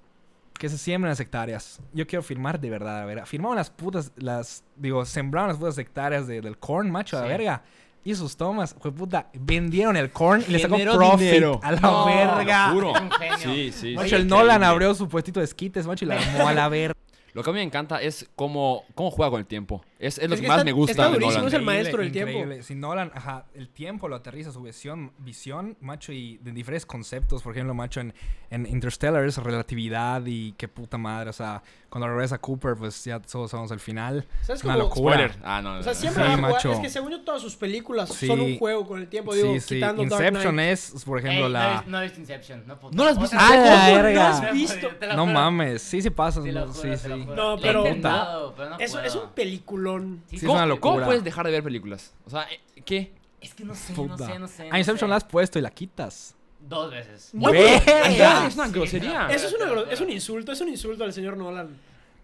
D: Que se siembren las hectáreas. Yo quiero firmar de verdad, a ver. Firmaron las putas, las, digo, sembraron las putas hectáreas de- del corn, macho, a la
B: Sí.
D: verga. Y sus tomas, hueputa, vendieron el corn y le sacó
C: Generó
D: profit
C: dinero.
D: a la
B: No,
D: verga.
C: Te lo
B: Es un
C: juro.
B: genio.
C: Sí, sí.
D: Macho,
C: sí,
D: el Nolan
C: increíble.
D: abrió su puestito de esquites, macho, y la armó a la verga.
C: Lo que a mí me encanta es cómo, cómo juega con el tiempo. Es, es lo
A: Es
C: que,
A: que
C: más
A: está-
C: me gusta
A: está
C: de
A: durísimo,
C: Nolan.
A: es el maestro del
D: Increíble,
A: tiempo.
D: increíble. Si Nolan, ajá, el tiempo lo aterriza a su visión, visión, macho, y de diferentes conceptos. Por ejemplo, macho, en, en Interstellar es relatividad y qué puta madre. O sea, cuando regresa Cooper, pues ya todos sabemos el final.
A: ¿Sabes
D: Una
A: cómo-
D: locura.
C: Spoiler. Ah, no, no,
A: O sea,
C: no.
A: siempre
D: Sí,
A: va a jugar-
D: macho.
A: Es que según yo, todas sus películas
D: Sí.
A: son un juego con el tiempo. Digo,
D: sí, sí.
A: quitando Dark
D: Inception
A: Knight.
D: es, por
B: Ey, no
D: ejemplo,
B: he
D: la...
B: visto- No he visto Inception. No, puta.
C: ¿No lo has
B: O
C: visto?
A: Ah,
B: sea,
D: ¡A la
A: ¿Cómo no
D: verga!
A: has visto?
B: te lo
D: No
B: juro,
D: mames, sí se pasa.
B: Te lo
D: ¿no?
B: juro,
D: sí,
B: te lo
D: sí.
B: juro.
A: No,
B: Lo he
A: pero-
B: intentado, pero
D: eh.
B: no
A: Eso-
B: puedo.
A: es un peliculón.
B: Sí,
D: Sí,
B: sí.
D: es una
C: ¿Cómo- ¿Cómo
D: locura.
C: puedes dejar de ver películas? O sea, eh, ¿qué?
B: Es que no sé, no
D: Puta.
B: sé, no sé.
D: A
B: no sé.
D: Inception la has puesto y la quitas.
B: Dos veces.
A: No,
D: Ve.
A: pero-
C: Ahí está, es una
D: Ah,
C: grosería.
A: Eso es, una gro- es un insulto, es un insulto al señor Nolan.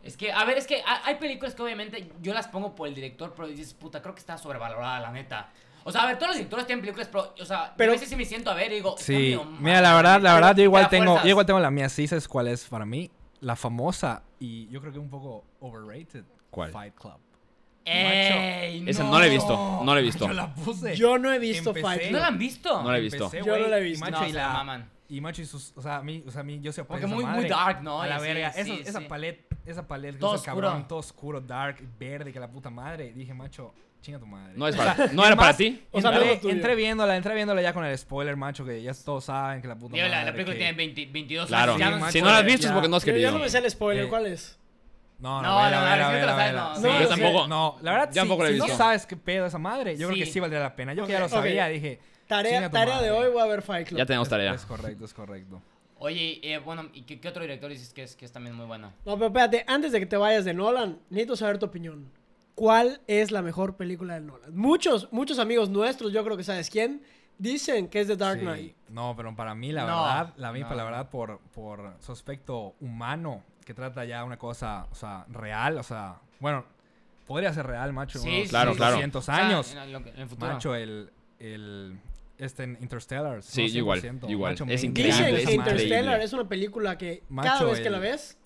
B: Es que, a ver, es que ha- hay películas que obviamente yo las pongo por el director, pero dices, puta, creo que está sobrevalorada, la neta. O sea, a ver, todos los directores tienen películas, pero, o sea,
A: Pero-
B: pero, a veces sí me siento a ver y digo, está
D: Sí,
B: medio mal,
D: mira, la verdad, la
B: pero
D: verdad, yo
B: te
D: igual
B: la
D: tengo,
B: fuerzas.
D: yo igual tengo la mía, sí, ¿sabes cuál es para mí? La famosa y yo creo que un poco overrated.
C: ¿Cuál?
D: Fight Club.
B: Ey,
C: Esa no la he visto, no la he visto.
D: Yo la puse.
A: Yo no he visto
D: Empecé.
A: Fight
B: ¿No
A: Club.
B: la han visto?
C: No la he visto.
D: Empecé,
A: Yo no la he
D: güey,
A: visto.
D: Y
B: No,
D: macho, y
B: se la
D: la-
B: maman.
D: y macho y sus, o sea, a mí, o sea, a mí yo se
B: Porque muy- muy dark, ¿no?
D: A la
B: Sí,
D: verga,
B: sí,
D: esa,
B: sí.
D: esa paleta, esa paleta,
B: Todo
D: ese cabrón,
B: oscuro.
D: todo oscuro, dark, verde, que la puta madre. Dije, macho, chinga tu madre.
C: No, es para- no era para ti.
A: O sea,
D: entré,
A: no es tuyo.
D: entré viéndola, entré viéndola ya con el spoiler, macho, que ya todos saben que la puta
B: Digo, la,
D: madre.
B: la película
D: que-
B: tiene 20 22
C: Claro.
B: años. ya
D: Sí,
B: no-
D: macho,
C: Si no la has
D: ya-
C: visto es porque no has
A: Yo ya no
C: querido.
A: me sé el spoiler,
D: Eh,
A: ¿cuál es?
D: No,
B: No,
D: no,
B: no,
D: vela,
B: la
D: vela,
B: verdad es que
D: vela,
B: te la sabes,
D: vela.
A: no.
D: Sí,
A: No,
D: yo
A: yo
D: tampoco.
C: tampoco.
D: No, la verdad,
C: Yo tampoco la he
D: si, si no
C: visto.
D: sabes qué pedo esa madre, yo creo que
B: Sí.
D: sí valdría la pena. Yo que ya lo
A: Ok,
D: sabía,
A: ok.
D: dije.
A: Tarea,
D: chinga tu
A: tarea de
D: madre.
A: hoy voy a ver Fight Club.
C: Ya tenemos tarea.
D: Es correcto, es correcto.
B: Oye, eh, bueno, ¿y qué, qué otro director dices que es, que es también muy bueno?
A: No, pero espérate, antes de que te vayas de Nolan, necesito saber tu opinión. ¿Cuál es la mejor película de Nolan? Muchos, muchos amigos nuestros, yo creo que sabes quién, Dicen que es The Dark
D: Sí.
A: Knight.
D: No, pero para mí, la
B: No,
D: verdad, la mí,
B: no.
D: la verdad, por, por su aspecto humano, que trata ya una cosa, o sea, real, o sea, bueno, podría ser real, macho,
B: Sí,
D: unos
B: sí,
C: Claro, sí. claro.
D: 200
B: O sea,
D: años,
B: en, lo que- en el futuro.
D: macho, el, el, este en Interstellar.
C: Sí,
D: no,
C: igual,
D: 100%,
C: igual,
D: macho,
C: es
D: me
C: increíble,
D: encanta
A: Dicen
D: esa
A: que
C: es
D: madre.
A: Interstellar
C: increíble.
A: es una película que cada
D: Macho,
A: vez que la
D: el-
A: ves,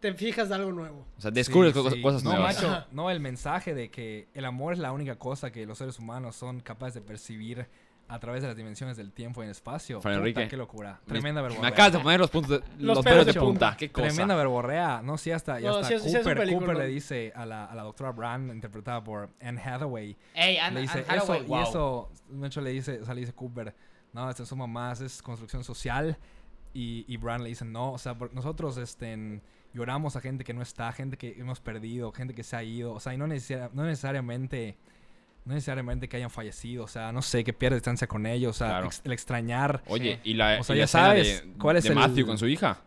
A: te fijas de algo nuevo.
C: O sea, descubres
D: Sí,
C: co-
D: sí.
C: cosas
D: no,
C: nuevas.
D: Macho, no, el mensaje de que el amor es la única cosa que los seres humanos son capaces de percibir a través de las dimensiones del tiempo y el espacio.
C: Fran
D: Puta,
C: Enrique.
D: qué locura.
C: Me-
D: Tremenda
C: Me
D: verborrea.
C: acabas de poner los puntos de, los, pelos de punta. Qué cosa.
D: Tremenda verborrea. No, sí, hasta, ya
A: No,
D: hasta
A: sí es- sí es un
D: Cooper,
A: película.
D: Cooper le dice a la, a la doctora Brand, interpretada por Anne Hathaway,
B: Ey, Anne-
D: le dice
B: Anne Hathaway,
D: eso,
B: wow.
D: y eso, de hecho le dice, o sea, le dice Cooper, no, estas son mamás, es construcción social, y, y Brand le dice, no, o sea, por- nosotros, este, en- lloramos a gente que no está, gente que hemos perdido, gente que se ha ido, o sea, y no, necesari- no necesariamente, no necesariamente que hayan fallecido, o sea, no sé, que pierda distancia con ellos, o sea,
C: Claro.
D: ex- el extrañar,
C: Oye,
B: Sí.
C: y la,
D: O sea,
C: y la
D: ya
C: escena
D: sabes
C: de,
D: cuál es
C: de
D: el-
C: Matthew con su hija.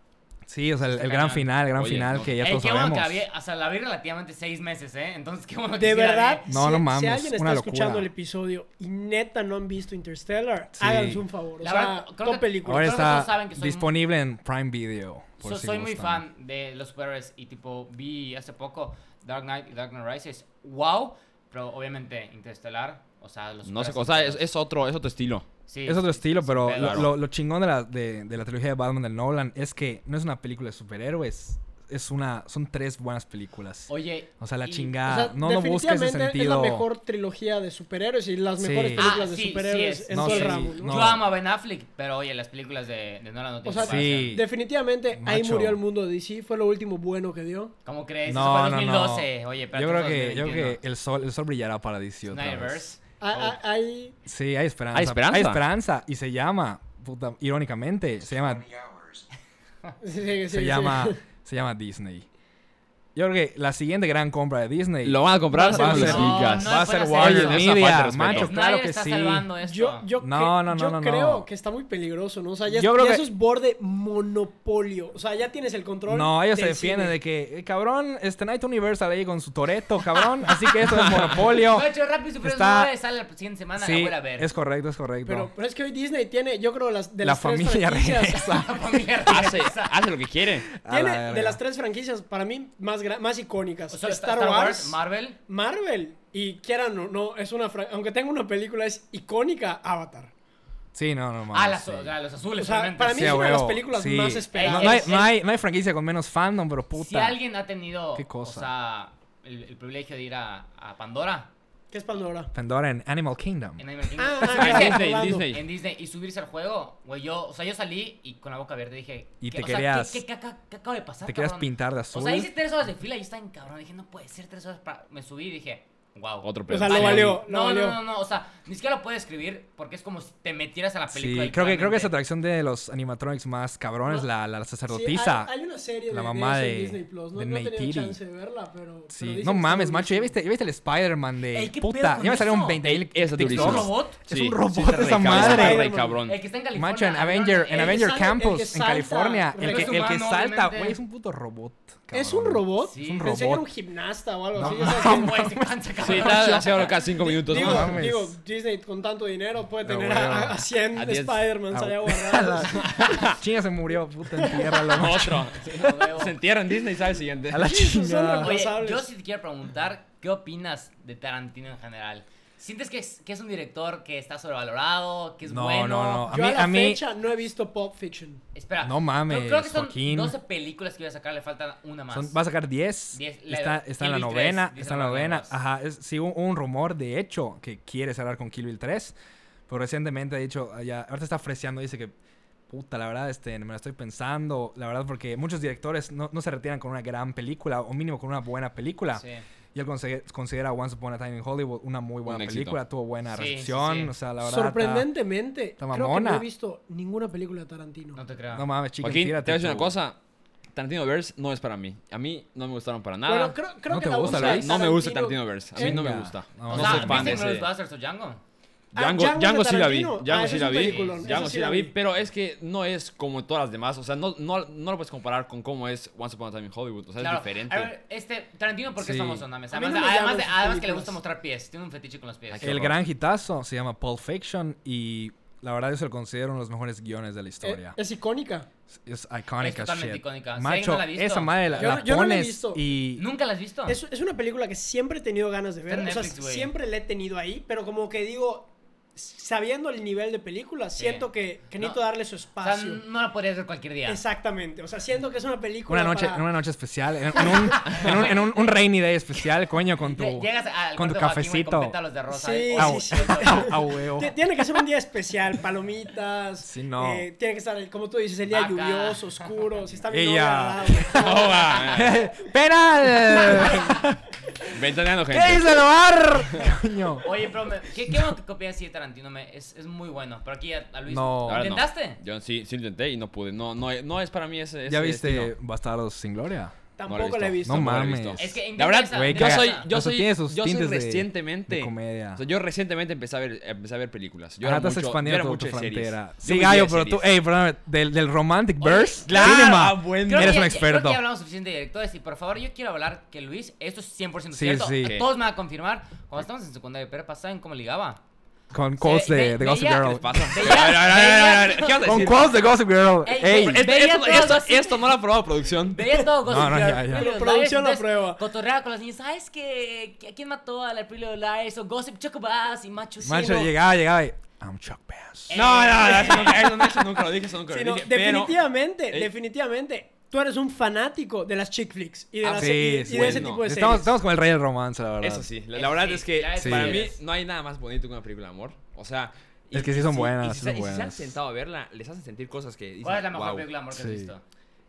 D: sí, o sea, el,
B: Está
D: el gran
B: cañón.
D: final, el gran
C: Oye,
D: final
C: no.
D: que ya
B: Ey,
D: todos
B: qué
D: sabemos.
B: bueno que la vi, hasta la vi relativamente seis meses, ¿eh? Entonces, qué bueno que
A: De
B: sí la vi.
A: verdad,
D: No,
A: si,
D: no
A: si
D: mames,
A: alguien está
D: una locura.
A: escuchando el episodio y neta no han visto Interstellar,
D: Sí.
A: háganse un favor. O
B: La
A: sea,
B: verdad, creo
A: top
B: que-
A: película.
D: Ahora
B: Creo que
D: está
B: todos saben que soy muy-
D: disponible en Prime Video. por
B: So-
D: si
B: soy muy
D: gustan.
B: fan de los superhéroes y tipo vi hace poco Dark Knight y Dark Knight Rises. Wow, pero obviamente Interestelar, o sea, los
C: No sé,
B: superhéroes
C: o sea,
B: son
C: es,
B: superhéroes.
C: es otro, es otro estilo.
B: Sí,
D: Es otro
B: sí,
D: estilo,
B: sí,
D: pero
B: sí,
D: lo,
B: claro.
D: lo- lo chingón de la, de, de la trilogía de Batman del Nolan es que no es una película de superhéroes. Es una, son tres buenas películas.
B: Oye,
D: O sea, la
B: y-
A: O sea,
D: chingada. no, no busques ese
A: definitivamente
D: sentido.
A: Es la mejor trilogía de superhéroes y las
D: Sí.
A: mejores
D: Ah,
A: películas de
B: sí, sí
A: superhéroes
B: es.
A: en
D: No,
A: todo
D: sí,
A: el ramo. ¿no?
B: Yo amo a Ben Affleck, pero oye, las películas de, de Nolan no tienen
A: sea,
B: comparación.
D: Sí.
A: Definitivamente ahí
D: Macho.
A: murió el mundo de DC, fue lo último bueno que dio.
B: ¿Cómo crees? Eso
D: No,
B: fue
D: no,
B: 2012.
D: no.
B: Oye, pero
D: yo creo que, yo creo que el sol, el sol brillará para DC otra vez.
B: Snyderverse.
A: Ah,
D: Oh.
A: ah, ahí
D: Sí, hay esperanza.
C: Hay esperanza.
D: esperanza, Y se llama, puta, irónicamente, se llama
A: sí, sí,
D: se
A: sí.
D: llama se llama Disney. Yo creo que la siguiente gran compra de Disney
C: Lo van a comprar,
A: No,
C: no,
A: no,
C: lo
B: no,
C: digas.
B: no
D: va a
B: puede
D: ser
B: ser. Oye,
D: Warner
B: es
C: una falta de
D: Media,
C: respeto.
A: ah,
D: macho,
B: Snyder
D: claro que
B: está
D: sí.
B: salvando esto.
A: Yo, yo,
D: No,
A: cre-
D: no, no,
A: yo
D: no, no.
A: creo que está muy peligroso, ¿no? O sea, ya,
D: Yo
A: ya
D: creo que-
A: eso es borde monopolio. O sea, ya tienes el control.
D: No, ellos se
A: del
D: defienden
A: cine.
D: de que, eh, cabrón, este Night Universal ahí con su Toreto, cabrón, así que esto es monopolio.
B: De hecho, Rápido y Furioso
D: Está-
B: nueve sale la siguiente semana, la
D: Sí,
B: voy a ir a ver.
D: es correcto, es correcto.
A: Pero, pero es que hoy Disney tiene, yo creo, las, de
D: La
A: las tres
D: familia
A: franquicias-
D: regresa.
B: La familia
D: Ah,
C: Hace,
B: regresa.
C: hace lo que quiere.
D: A la
A: Tiene de
D: verga.
A: las tres franquicias, para mí, más, gra- más icónicas.
B: O sea,
A: Star, Wars,
B: Marvel.
A: Marvel. Y quieran o no, es una fran- aunque tenga una película, es icónica Avatar.
D: Sí, no, no, mames,
B: Ah, las,
D: sí.
B: o sea, los
A: O
B: azules.
A: sea,
B: obviamente.
A: para mí
D: Sí,
A: es
D: a
A: una de las
D: huevo,
A: películas
D: sí.
A: más
D: No,
A: esperadas.
D: no hay,
B: Es-
D: no, hay, no hay franquicia con menos fandom, pero puta.
B: Si alguien ha tenido
D: Qué
B: O
D: cosa.
B: sea, el, el privilegio de ir a, a Pandora
A: ¿Qué es Pandora?
D: Pandora en Animal Kingdom.
B: en Animal Kingdom,
A: Ah, ah,
C: En Disney, en
A: Orlando.
C: Disney.
B: en Disney y subirse al juego, güey, yo, o sea, yo salí y con la boca abierta dije,
D: Y
B: ¿qué-
D: te
B: o sea,
D: querías-
B: ¿qué, qué, acá- qué acaba de pasar?
D: Te querías
B: cabrón?
D: pintar de azul.
B: O sea, hice tres horas de fila y yo estaba en cabrón, dije, no puede ser tres horas para... Me subí y dije, wow.
C: Otro pedo.
A: O sea, lo
B: Vale.
A: valió, lo
B: No,
A: valió.
B: no, no, no, o sea, ni siquiera lo puedes escribir porque es como si te metieras a la película.
D: sí, creo que, creo que es
B: literalmente.
D: atracción de los animatronics más cabrones,
A: No.
D: la, la
A: Sí,
D: sacerdotisa.
A: hay, hay una serie
D: la
A: de,
D: mamá
A: de, eso en
D: de-
A: Disney Plus. No,
D: de
A: no he tenido
D: Neytiri.
A: chance de verla, pero.
D: Sí,
A: pero dicen
D: no
A: que está
D: macho, macho, ¿ya
A: buenísima.
D: viste, ¿ya viste el Spider-Man de
B: Ey, ¿qué pedo
D: puta?
B: con
D: Ya me salieron
B: eso?
D: 20 mil
C: Ese es
B: ¿Es
C: durísimo.
B: un
D: TikToks.
B: robot?
D: Es un robot esa
A: madre.
C: Rey, cabrón.
B: El que está en California.
D: Macho, en
B: Iron
D: Avenger,
B: Man,
D: en
B: el que
D: Avenger
A: salta-
D: Campus,
A: el que
D: en
A: salta,
D: California,
A: el
D: el
A: que
D: que,
A: es
D: el que
B: humano,
D: salta,
B: obviamente.
D: güey, es un puto robot.
A: ¿Es un
D: cabrón.
A: robot?
B: Sí.
D: Es un
A: Pensé que era un
D: robot.
A: gimnasta o algo así.
D: No,
A: o sea,
B: Ah,
A: que-
B: güey, se cansa,
C: Sí,
B: cabrón.
C: está hace ahora cada cinco minutos.
A: Digo,
C: ¿no?
D: mames.
A: digo, Disney con tanto dinero puede
D: No,
A: tener
D: bueno.
A: a, a 100
C: A 10.
D: Ah,
A: Spider-Man allá
D: güey.
A: guardados.
D: ¡Ah! Chinga se murió, puta, entiérralo. macho.
C: Otro. Se entierra en Disney y sale el siguiente.
D: A la chingada.
A: reemplazables.
B: Oye,
A: sables.
B: yo sí te quiero preguntar, ¿qué opinas de Tarantino en general? ¿Sientes que es, que es un director que está sobrevalorado, que es
D: No,
B: bueno?
D: no, no. A
A: Yo
D: mí-
A: a la
D: a mí-
A: fecha no he visto Pop Fiction.
B: Espera.
D: No mames,
B: creo- creo que son
D: Joaquín.
B: 12 películas que iba a sacar, le falta una más.
D: Son- va a sacar 10.
B: Diez, la-
D: Está, está en la
B: Kill Bill
D: novena.
B: tres,
D: Está en la
B: dicen
D: novena.
B: algunos.
D: Ajá. Es, sí, hubo un, rumor, de hecho, que quiere cerrar con Kill Bill 3. Pero recientemente ha dicho, ah, ya, ahorita está freseando, dice que, puta, la verdad, este, me la estoy pensando. La verdad, porque muchos directores no, no se retiran con una gran película, o mínimo con una buena película.
B: Sí.
D: Y él conse- considera Once Upon a Time in Hollywood una muy buena
C: éxito.
D: película. Tuvo buena
B: Sí, sí,
D: recepción.
B: sí.
D: O sea, la verdad. está-
A: Sorprendentemente,
D: está
A: creo que no
D: mamona.
A: he visto ninguna película de Tarantino.
B: No te creo.
D: No mames, chica.
C: Joaquín, te voy a
D: tírate
C: decir una
D: tú.
C: cosa. Tarantino Verse no es para mí. A mí no me gustaron para nada.
A: Bueno, creo, creo
D: No
A: que
D: te
A: la
D: gusta,
A: onda de
D: Luis.
C: no me gusta
A: Tarantino-
C: Tarantino Verse. A mí no me
D: Chinga.
C: gusta.
D: No,
C: No,
B: o
D: no
B: sea,
C: soy fan de
B: ¿viste
C: ese.
B: Glorious Bastards o Django?
A: Ah,
C: Django,
A: Django
C: Django
A: de
C: sí la vi.
A: Tarantino.
C: Django
A: Ah, ese
C: sí
A: es
C: la
A: un
C: vi.
A: peliculón, ese
C: Django
A: sí
C: sí
A: la
C: la vi.
A: vi.
C: Pero es que no es como todas las demás. O sea, no, no, no lo puedes comparar con cómo es Once Upon a Time in Hollywood. O sea,
B: Claro.
C: es diferente.
B: A ver, este Tarantino porque es
D: Sí.
B: famoso, Names.
A: A mí no
B: Además,
A: me llaman
B: además, de-
A: sus
B: además que le
A: películas.
B: gusta mostrar pies. Tiene un fetiche con los pies.
C: Ay, qué
D: El
C: horror.
D: gran hitazo se llama Pulp Fiction y la verdad yo se lo considero uno de los mejores guiones de
A: Eh,
D: la historia.
A: es icónica.
D: Es, icónica
B: Es totalmente
D: shit.
B: icónica. Si alguien
D: Macho,
B: no la ha visto-
D: esa madre la,
A: Yo
D: la
A: no- yo no la he
D: pones
A: visto.
D: y
B: ¿Nunca la has visto?
A: Es, es una película que siempre he tenido ganas de ver.
B: Ah. Está en
A: o sea,
B: Netflix, güey.
A: siempre la he tenido ahí, pero como que digo, sabiendo el nivel de película, siento que, que
B: No.
A: necesito darle su
B: O sea,
A: espacio.
B: no la podrías ver cualquier día.
A: Exactamente. O sea, siento que es una película.
D: una noche,
A: para-
D: en una noche especial, en, en un, en un- en un- un rainy day especial, coño, con tu,
B: Lle- Llegas al
D: con tu
B: cuarto de Joaquín, güey,
D: cafecito.
B: con pétalos de rosa.
A: Sí, sí,
B: Ay, oh,
A: sí.
B: siento-
D: A huevo.
A: Ti- Tiene que ser un día especial, palomitas.
D: Sí, no.
A: eh, tiene que estar, como tú dices, el día
B: Vaca.
A: lluvioso, oscuro. Si está bien
D: Ella.
C: Oh, va.
D: ¡Penal!
C: Ventaneando, gente.
D: ¡Ey, del bar! Coño.
B: Oye, pero me- ¿qué, qué bueno que copias así de Tarantino? me- es, es muy bueno. Pero aquí a, a Luis.
D: No.
B: ¿lo
C: La verdad, no.
B: ¿Intentaste?
C: Yo sí, sí intenté y no pude. No, no, no es para mí ese.
D: ¿Ya
C: ese
D: viste
C: estilo.
D: Bastardos sin Gloria?
A: Tampoco
C: No
A: la he visto.
D: No
C: Tampoco la he
D: mames.
C: visto.
B: Es que
C: La
B: intenta
C: verdad,
B: esa-
D: Güey,
C: yo
B: intenta
D: caga.
C: soy,
B: esa.
C: yo
D: O sea,
C: soy,
D: tiene sus
C: yo soy
D: tintes de-
C: recientemente,
D: de comedia. Ah,
C: O sea, yo recientemente empecé a ver, empecé a ver películas. Yo era
D: Ahora estás
C: mucho, yo
D: expandiendo
C: era
D: tu,
C: mucho
D: tu
C: de series.
D: frontera.
C: Yo
D: Sí,
C: vivía
D: gallo,
C: de
D: pero tú,
C: series.
D: ey, perdóname, del, del romantic
B: Oye,
D: burst,
C: claro,
D: cinema.
C: ah, bueno.
B: Creo que
D: Eres
B: ya-
D: un
B: ya-
D: experto.
B: Creo que ya hablamos suficiente de directores y por favor yo quiero hablar que Luis, esto es 100%
D: Sí,
B: cierto.
D: sí.
B: Todos me van a confirmar. Cuando estábamos en secundaria, pero pasaban cómo ligaba.
D: Con quotes
B: Se-
D: de,
B: ve-
D: de Gossip
B: veía-
D: Girl.
C: Pasa.
B: Veía-
C: A ver, a ver, a ver, a ver, a ver, ¿qué vas a
D: Con
C: decir?
D: quotes de Gossip Girl.
B: Ey,
D: Ey,
B: güey.
C: Esto,
B: Veía
C: esto-
B: todas
C: esto-
B: las-
C: esto no lo ha probado producción.
B: Veía todo Gossip
D: No, no,
B: Girl,
D: ya, ya.
B: Pretty Little
A: Producción
B: Liars,
A: la
B: entonces,
A: prueba.
B: Cotorreaba con las niñas, ¿sabes qué? ¿Qui- ¿Quién mató a la Pretty Little Lies? O Gossip Chocobas y Macho
D: Macho,
B: Ciego.
D: llegaba, llegaba y... I'm Chuck Bass.
B: Eh,
C: No, no, no, eso nunca, eso, eso nunca lo dije, eso nunca
A: Sí,
C: lo
A: no,
C: dije. pero- eh,
A: definitivamente,
C: Ey.
A: definitivamente. Tú eres un fanático de las chick flicks y de,
C: Ah,
A: las-
D: sí,
A: y- y
D: sí.
A: de ese
C: Bueno,
A: tipo de series.
D: Estamos, estamos con el rey del romance, la verdad.
C: Eso sí, la, la
B: Eso
C: verdad
B: sí,
C: es que
B: ya es
C: para
D: Sí.
C: mí
B: eres.
C: no hay nada más bonito que una película de amor. O sea,
D: Es que sí son
C: si-
D: buenas,
C: si,
D: son
C: se- y si se han
D: buenas.
C: sentado a verla, les hacen sentir cosas que dicen,
B: ¿Cuál es la mejor
C: "Guau".
B: película de amor que has
D: Sí.
B: visto?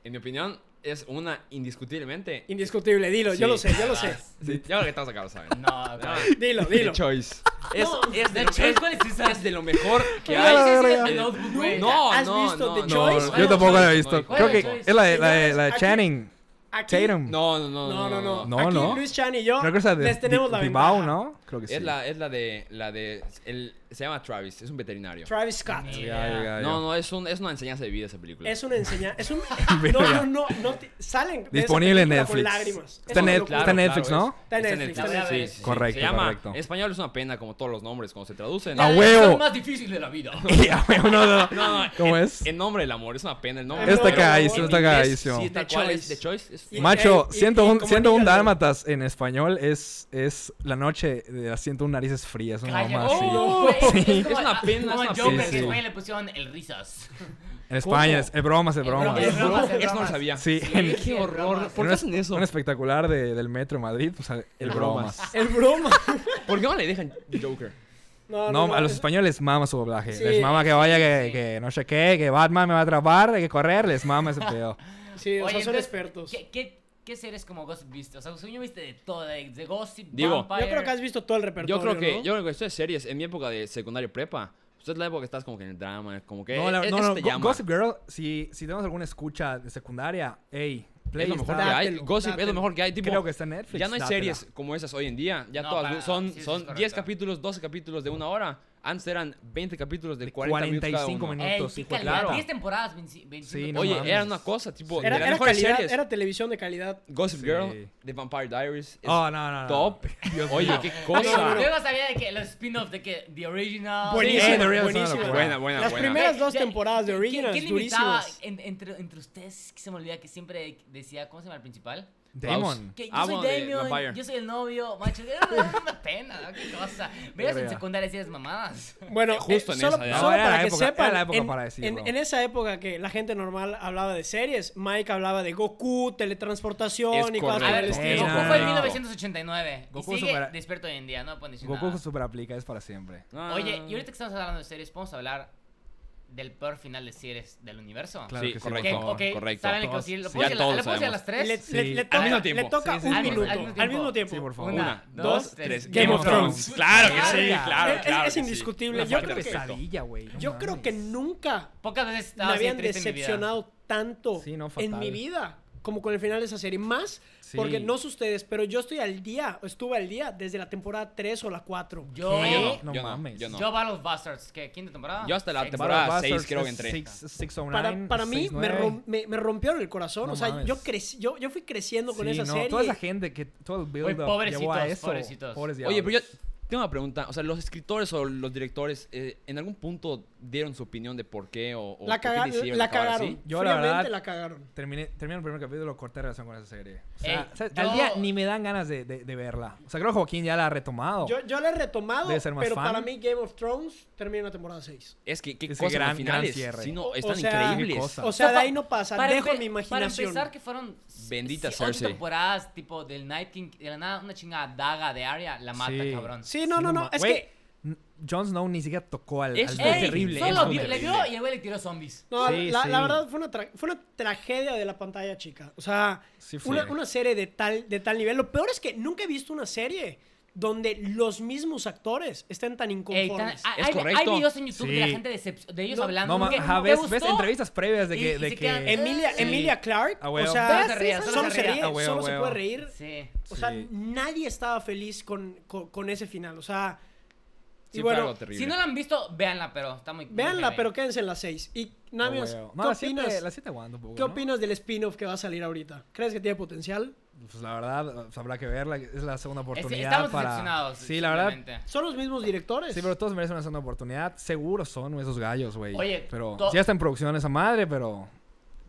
C: En mi opinión, es una indiscutiblemente.
A: Indiscutible, dilo, yo
C: Sí.
A: lo sé, yo lo sé.
C: Sí, ya lo que estamos acá lo saben.
B: No, güey.
A: Dilo,
C: The
A: dilo.
C: Choice. Es,
B: No,
C: es de
B: The
C: lo,
B: Choice,
C: es-
B: ¿cuál es esa?
C: es de lo mejor que
D: Ah,
C: hay.
D: la verga.
C: Eh,
B: El Notebook, güey.
C: No,
A: ¿Has
C: no,
A: visto
C: no,
A: The
C: no,
D: No,
A: Choice?
D: yo
A: Bueno,
D: tampoco la he
C: Choice,
D: visto.
C: no,
D: Creo que
B: Choice.
D: es la de, la de,
A: Señores,
D: la de
A: aquí-
D: Channing.
A: Aquí-
D: Tatum.
C: No, no, no.
A: No, no, no.
D: No,
A: Aquí
D: no.
A: Luis Chan y yo
D: Creo que es la de
A: les tenemos la
D: Di-
A: ventaja.
D: Dibao, ¿no? Creo que sí.
C: Es la, es la de. La de el, se llama Travis, es un veterinario.
A: Travis Scott.
B: Ni
D: Ya,
B: idea.
D: Ah, ya, ya.
C: No, no, es, un, es una enseñanza de vida esa película.
A: Es una enseñanza. Es un. No, no, no. no te- salen. de esa
D: Disponible en
A: película
D: Netflix.
A: Con lágrimas.
D: Está en
A: Es una
D: Net-
A: locura.
D: está en Netflix, ¿no?
C: es-
A: Está en
C: está en
A: Netflix.
B: Está
C: Netflix.
B: en
C: Sí, sí,
B: Netflix.
C: sí, sí.
D: Correcto,
C: Se llama,
D: correcto.
C: En español es una pena como todos los nombres cuando se traducen.
D: ¡A
B: La de
D: huevo!
B: Es más difícil de la vida.
D: Sí, a huevo, no, no, no.
C: No, no,
D: ¿Cómo
C: en-
D: es?
C: En nombre del amor, es una pena el nombre.
A: Está
C: pero-
A: cagadísimo,
C: en
A: está
C: inglés,
D: cagadísimo.
C: Sí, tal
A: The
C: cual
A: Choice.
C: es The Choice. es-
A: Y-
D: Macho,
A: y- y- y
D: 101,
A: como
D: 101
A: digas,
D: dálmatas en español es, es la noche de las 101 narices frías, una
B: Calla,
D: mamá
B: güey.
D: así.
B: No,
C: Oh.
B: güey, Oh, es-
D: Sí.
B: Es como
C: Es una
B: a-
C: pena,
B: como
C: es
B: a
C: una
B: Joker,
D: pena.
B: que
D: Sí,
B: güey, le pusieron el risas.
D: En España es, es bromas, es
B: Es
D: bromas.
B: bromas.
C: No,
B: bromas, es
C: eso no lo
B: bromas.
C: sabía.
D: Sí,
B: Sí,
D: en,
B: sí,
C: Qué horror.
B: bromas.
C: ¿Por
D: en
C: qué
D: un-
C: hacen eso?
D: Un espectacular de- del metro de Madrid, o sea, el bromas.
A: El broma.
C: ¿Por qué no le dejan Joker?
A: No,
D: No, a los
A: es-
D: españoles mama su doblaje.
A: Sí,
D: les mama que vaya, que,
B: sí.
D: que no sé qué, que Batman me va a atrapar, hay que correr, les mama ese pedo.
A: Sí, o
B: Oye,
A: sea, son
B: entonces,
A: expertos.
B: ¿Qué, qué, qué series como Gossip viste? O sea, según yo viste de todo, de, de Gossip,
C: Digo, yo
A: Yo
B: Vampire.
A: creo que has visto todo el repertorio.
C: Yo creo que,
A: ¿no?
C: yo creo que esto es series. En mi época de secundaria y prepa, usted es la época que estás como que en el drama, como que.
D: No, la,
C: es-
D: no,
C: eso
D: no,
C: te
D: Go-
C: Eh, este llama.
D: Gossip Girl, si, si tenemos alguna escucha de secundaria, ey, play.
C: es lo mejor
D: está-
C: que hay.
A: Dátelo,
C: Gossip es
A: dátelo.
C: lo mejor que hay. Tipo,
D: Creo que está en Netflix.
C: ya no hay
D: dátela.
C: series como esas hoy en día. Ya
B: No,
C: todas
B: para-
C: son,
B: sí, sí, es
C: son 10
B: correcto.
C: capítulos, 12 capítulos de una hora. Antes eran 20 capítulos de 40 minutos.
D: 45
C: cada uno.
B: Ey,
D: minutos.
B: qué
D: hijo de
B: calidad,
D: puta.
B: 10 temporadas, 25 25
D: no
C: Oye,
D: mames.
C: era una cosa, tipo,
A: Era,
C: de las
A: era
C: mejores
A: calidad,
C: series.
A: era televisión de calidad.
C: Gossip Girl,
D: Sí.
C: The Vampire Diaries. es
D: Oh, no, no, no.
C: Top.
D: Dios
C: Oye,
D: mío.
C: qué
B: Amigo,
C: cosa.
B: Luego sabía de que los spin-offs de que The Original.
A: Buenísimo,
D: The Real
A: buenísimo.
D: Son of Buena,
C: Buena, buena,
A: Las
C: buena.
B: Güey,
A: primeras dos
B: ya-
A: temporadas de
B: ¿qué-
A: Original,
B: ¿Qué, qué limitaba
A: durísimas.
B: en- entre, entre ustedes? Que se me olvida que siempre decía, ¿cómo se llama el principal?
D: Damon.
B: Que yo
C: Ah,
B: soy
C: bueno, de
B: Damien,
C: Vampire.
B: yo soy el novio, macho. Era una pena, qué cosa. Veías en
D: Verga.
B: secundaria esas mamadas.
A: Bueno,
C: Justo
A: eh,
C: en
A: solo,
C: esa, ya.
A: solo
D: No, era
A: para
D: la
A: que
D: época-
A: sepan,
D: era la época
A: en,
D: para decirlo.
A: en- en esa época que la gente normal hablaba de series, Mike hablaba de Goku, teletransportación
C: Es
A: y cosas por
B: A
A: el
B: ver,
C: correcto.
A: estilo.
D: Era-
B: Goku fue en
D: no.
B: 1989.
D: Goku
B: y sigue
D: supera-
B: despierto hoy en día, no pones nada.
D: Goku super aplica, es para siempre.
C: Ah.
B: Oye, y ahorita que estamos hablando de series, podemos hablar del peor final de series del universo.
D: Claro
C: Sí,
D: que sí,
B: Que,
C: correcto.
D: por favor.
B: ok,
C: correcto.
B: ¿saben el
D: Todos-
B: que- ¿Lo
C: sí,
B: puedo
C: ya
B: decir
C: todos
B: a la- ¿lo puedo decir a
C: sabemos.
A: Le,
B: las
A: le,
B: tres?
A: le
D: Al
A: toca,
C: mismo
A: le
C: tiempo.
A: toca
D: Sí, sí,
A: un
D: sí. Al
A: minuto.
D: mismo-
A: Al mismo tiempo.
D: Sí, por favor.
B: Una,
C: Una,
B: dos,
A: dos,
B: tres.
A: Game of Thrones.
C: Claro
B: Ah,
C: que sí,
D: Verga.
C: claro,
A: Es-
C: claro.
A: es
C: que sí.
A: indiscutible.
C: Una
A: Yo
C: fuerte
A: creo que-
C: respeto.
D: güey. no
A: Yo creo
D: mames.
A: que nunca
B: Pocas veces
A: me
B: estaba así
A: habían
B: triste en mi vida.
A: decepcionado tanto
D: Sí, no,
A: en
D: fatal.
A: mi vida como con el final de esa serie. Más
D: Sí.
A: porque no sé ustedes, pero yo estoy al día, estuve al día desde la temporada 3 o la 4.
B: Yo,
C: No, yo no,
D: No
C: yo no,
D: mames.
C: yo no.
B: yo Battle of Bastards, ¿qué? ¿Quinta temporada?
C: Yo hasta la
B: Sexta.
C: temporada
D: Battle of
C: seis creo que
D: Bastards
C: entré.
D: es six- 609,
A: Para, para mí me,
D: 609.
A: rom- me, me rompieron el corazón.
D: No
A: o sea,
D: mames.
A: yo, crecí, yo, yo fui creciendo con
D: Sí,
A: esa
D: no,
A: serie.
D: Toda esa gente que todo el build up llevó a
B: pobrecitos,
D: eso.
B: pobrecitos.
D: Pobres
C: Oye, pero yo
D: diablos.
C: tengo una pregunta. O sea, los escritores o los directores, eh, ¿en algún punto dieron su opinión de por qué o,
B: Oh,
C: o
A: la,
C: por qué
A: caga-
C: decidieron
A: la
C: acabar
A: cagaron.
C: así?
D: Yo, la
A: Fríamente
D: verdad-
A: la cagaron.
D: Terminé, terminé el primer capítulo, corté relación con esa serie. O sea,
B: Ey,
D: o sea,
B: yo-
D: al día ni me dan ganas de, de- de verla. O sea, creo que Joaquín ya la ha retomado.
A: Yo, yo la he retomado,
D: Debe ser más
A: pero
D: fan.
A: para mí Game of Thrones termina en la temporada 6.
C: Es que qué
D: Ese
C: cosas
D: gran-
C: al final
D: gran
C: es.
D: cierre.
C: Sí, no,
A: O- o
C: están
A: sea,
C: increíbles.
D: qué cosa.
A: O sea, de
B: pa-
A: ahí no pasa.
B: para
A: Dejo
B: empe-
A: mi imaginación.
B: Para empezar que fueron s-
C: Bendita
B: siete
C: Cersei.
B: temporadas tipo del Night King, de la nada una chingada daga de Arya la mata,
D: Sí.
B: cabrón.
A: Sí, no, no, no.
D: ma-
A: Es
D: güey,
A: que.
D: n- Jon Snow ni siquiera tocó al.
C: Es-
D: al
C: Ey,
B: Ey,
C: terrible,
B: Solo
C: es
B: vi-
C: horrible.
B: le vio y el güey le tiró zombies.
A: No,
D: Sí,
A: la,
D: sí.
A: la verdad fue una, tra- fue una tragedia de la pantalla chica. O sea,
D: Sí fue.
A: una, una serie de tal, de tal nivel. Lo peor es que nunca he visto una serie donde los mismos actores estén tan
B: Ey, ah, tan-
A: inconformes.
B: hay,
C: Es
B: hay- hay
C: correcto.
B: videos en YouTube de la
D: Sí.
B: gente decep- de ellos
A: No,
B: hablando.
D: No, ma-
B: que,
D: ajá,
B: "¿Te
D: ves,
B: gustó?"
D: ves entrevistas previas de
B: Y-
D: que.
B: y
D: de
B: se
D: que-
B: quedan, "Eh".
A: Emilia,
D: Sí.
A: Emilia Clark,
D: Ah,
A: o
D: huevo.
A: sea,
B: Solo se ríe,
A: solo,
B: solo
A: se
B: se
A: ríe,
B: ríe.
D: Ah, huevo,
A: solo se
D: huevo.
A: puede reír.
B: Sí.
A: O sea,
D: Sí.
A: nadie estaba feliz con, con, con ese final. O sea,
C: Sí,
A: y
C: fue
A: bueno,
C: algo terrible.
B: Si no la han visto, véanla, pero está muy muy
A: véanla,
B: heavy.
A: pero quédense en las seis. Y
D: Ah,
A: nada más,
D: huevo.
A: ¿qué
D: No, las siete-
A: opinas?
D: las siete aguanta un poco,
A: ¿Qué
D: ¿no?
A: opinas del spin-off que va a salir ahorita? ¿Crees que tiene potencial?
D: Pues la verdad, pues, habrá que verla. Es la segunda oportunidad.
B: Este, Estamos
D: para...
B: decepcionados.
D: Sí, la verdad.
B: simplemente.
A: Son los mismos directores.
D: Ah, Sí, pero todos merecen una segunda oportunidad. Seguro son esos gallos, güey.
B: Oye,
D: pero
B: to-
D: sí ya está en producción esa madre, pero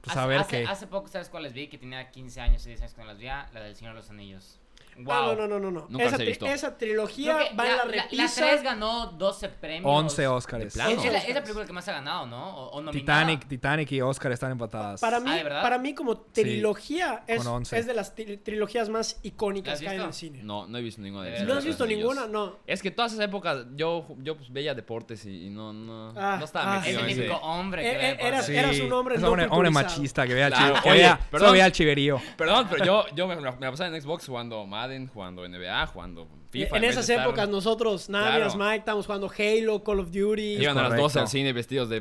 D: pues a
B: hace,
D: ver
B: hace-
D: qué.
B: hace poco, ¿sabes cuáles vi? Que tenía 15 años y 10 años que no las veía. La del Señor de los Anillos. Wow.
A: Ah, no, no, no, no, no.
C: Nunca
A: Esa,
C: las he
A: tri-
C: visto.
A: esa trilogía va en la repisa.
B: 3 ganó 12 premios.
D: 11 Oscars.
C: De
B: Es,
C: plano.
B: es la, es la película que más ha ganado, ¿no? O, o nominada.
D: Titanic, Titanic y Oscar están empatadas.
A: para mí,
B: Ah, ¿de verdad?
A: para mí como trilogía es,
D: con once.
A: es de las tri- trilogías más
B: ¿La
A: icónicas
B: has
A: que hay en
B: visto?
A: el cine.
C: No, no he visto ninguna de
B: ¿No
C: esas.
A: ¿No has visto
C: Ellos.
A: ninguna? No.
C: Es que todas esas épocas yo, ju- yo pues veía deportes y, y no, no,
A: Ah,
C: no estaba
A: ah,
B: Es
C: metido
B: el
A: sí,
C: en ese-
B: típico hombre que
A: Eh,
B: ve
A: eh,
B: deportes.
A: eras-
D: Sí,
A: eras un hombre
D: es
A: no
D: hombre, hombre
A: culturizado.
D: machista que vea, al
C: Claro,
D: chi- que
C: oye,
D: vea-
C: perdón.
D: solo vea al chiverío.
C: Perdón, pero yo, yo me, me la pasaba en Xbox jugando Madden, jugando NBA, jugando FIFA.
A: en
C: vez de
A: esas
C: estar-
A: épocas nosotros, Navias,
C: Claro.
A: Mike, estábamos jugando Halo, Call of Duty.
C: Iban a las
D: correcto.
C: 12 al cine vestidos de...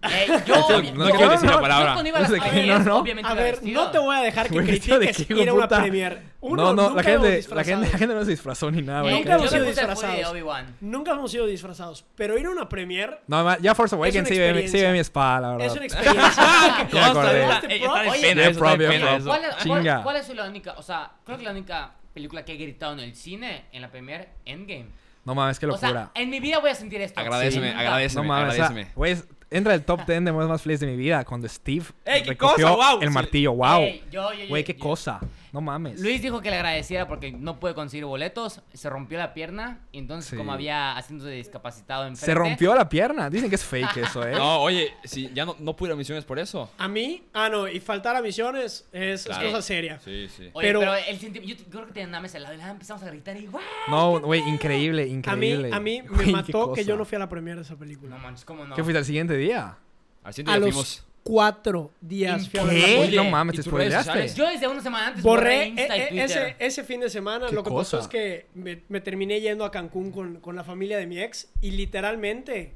B: Ey, Eh, yo,
D: No
C: No quiero
D: quiero-
C: decir
D: no,
C: la
D: no
B: yo
C: palabra.
B: cuando iba a
D: No
B: las
D: sé
B: a
D: qué,
B: ver,
D: no, no.
B: obviamente
A: A
B: iba
A: ver,
B: vestido.
A: no te voy a dejar que
D: Güey, vestido de
A: critiques
D: qué,
A: ir a una
D: puta.
A: premier. Uno,
D: no, no, la
A: nunca
D: gente,
A: hemos
D: la, gente, la
A: disfrazado.
D: gente no se disfrazó ni nada,
B: Ey,
D: güey.
A: Nunca hemos
B: Eh, yo me
A: sido
B: puse el full de
A: disfrazados.
B: Obi-Wan.
A: Nunca hemos sido disfrazados, pero ir a una premier
D: No, ma- ya Force Awakens
A: una
D: sí ve, sí ve
A: experiencia.
D: mi espada, la verdad.
A: es una experiencia.
D: Ya acordé.
A: ¿Viste,
C: Eh,
A: bro?
C: está de
B: Oye,
C: pena,
D: de
C: eso está de
D: propio,
C: pena,
D: bro.
C: eso.
B: ¿Cuál, es- cuál-
D: Chinga.
B: cuál es la única? O sea, creo que la única película que he gritado en el cine, en la premier, Endgame.
D: No mames, qué
B: O
D: locura.
B: sea, en mi vida voy a sentir esto.
C: Agradeceme,
B: Nunca.
D: no
C: agradeceme,
D: mames, o sea,
C: agradeceme.
D: güey, es- entra el top 10 de modos más felices de mi vida cuando Steve
C: Ey, qué
D: recogió
C: cosa, guau.
D: el
C: Sí.
D: martillo, wow.
B: Ey, yo- yo- yo-
D: Güey, qué
B: yo-
D: cosa. No mames.
B: Luis dijo que le agradeciera porque no puede conseguir boletos, se rompió la pierna, y entonces
D: Sí.
B: como había asiento de discapacitado enfrente.
D: se rompió la pierna. Dicen que es fake eso, ¿eh?
C: No, oye, si ya no, no pude ir a misiones por eso.
A: A mí, ah, no, y faltar a misiones es, es
C: Claro.
A: cosa seria.
C: Sí, sí.
B: Oye, pero,
A: pero-
B: el senti- yo creo que tenían una mesa al lado y nada, empezamos a gritar igual.
D: No, güey, increíble,
A: A mí,
D: increíble.
A: a mí me
D: Güey, qué
A: mató que
D: cosa.
A: yo no fui a la premiere de esa película.
B: No manches, ¿cómo no?
D: ¿Qué fuiste al siguiente día?
C: Al siguiente
A: a
C: día
A: los
C: fuimos...
A: cuatro días fui a ver la
D: ¿Qué?
A: película.
C: Oye,
D: no mames,
C: ¿y
D: te
C: tus redes
D: spoileaste.
C: sociales?
B: Yo desde una semana antes borré e-,
A: Borré
B: Insta
A: eh,
B: y
A: eh,
B: Twitter.
A: ese, ese fin de semana.
D: Qué
A: Lo que pasó
D: cosa.
A: es que me, me terminé yendo a Cancún con, con la familia de mi ex y literalmente,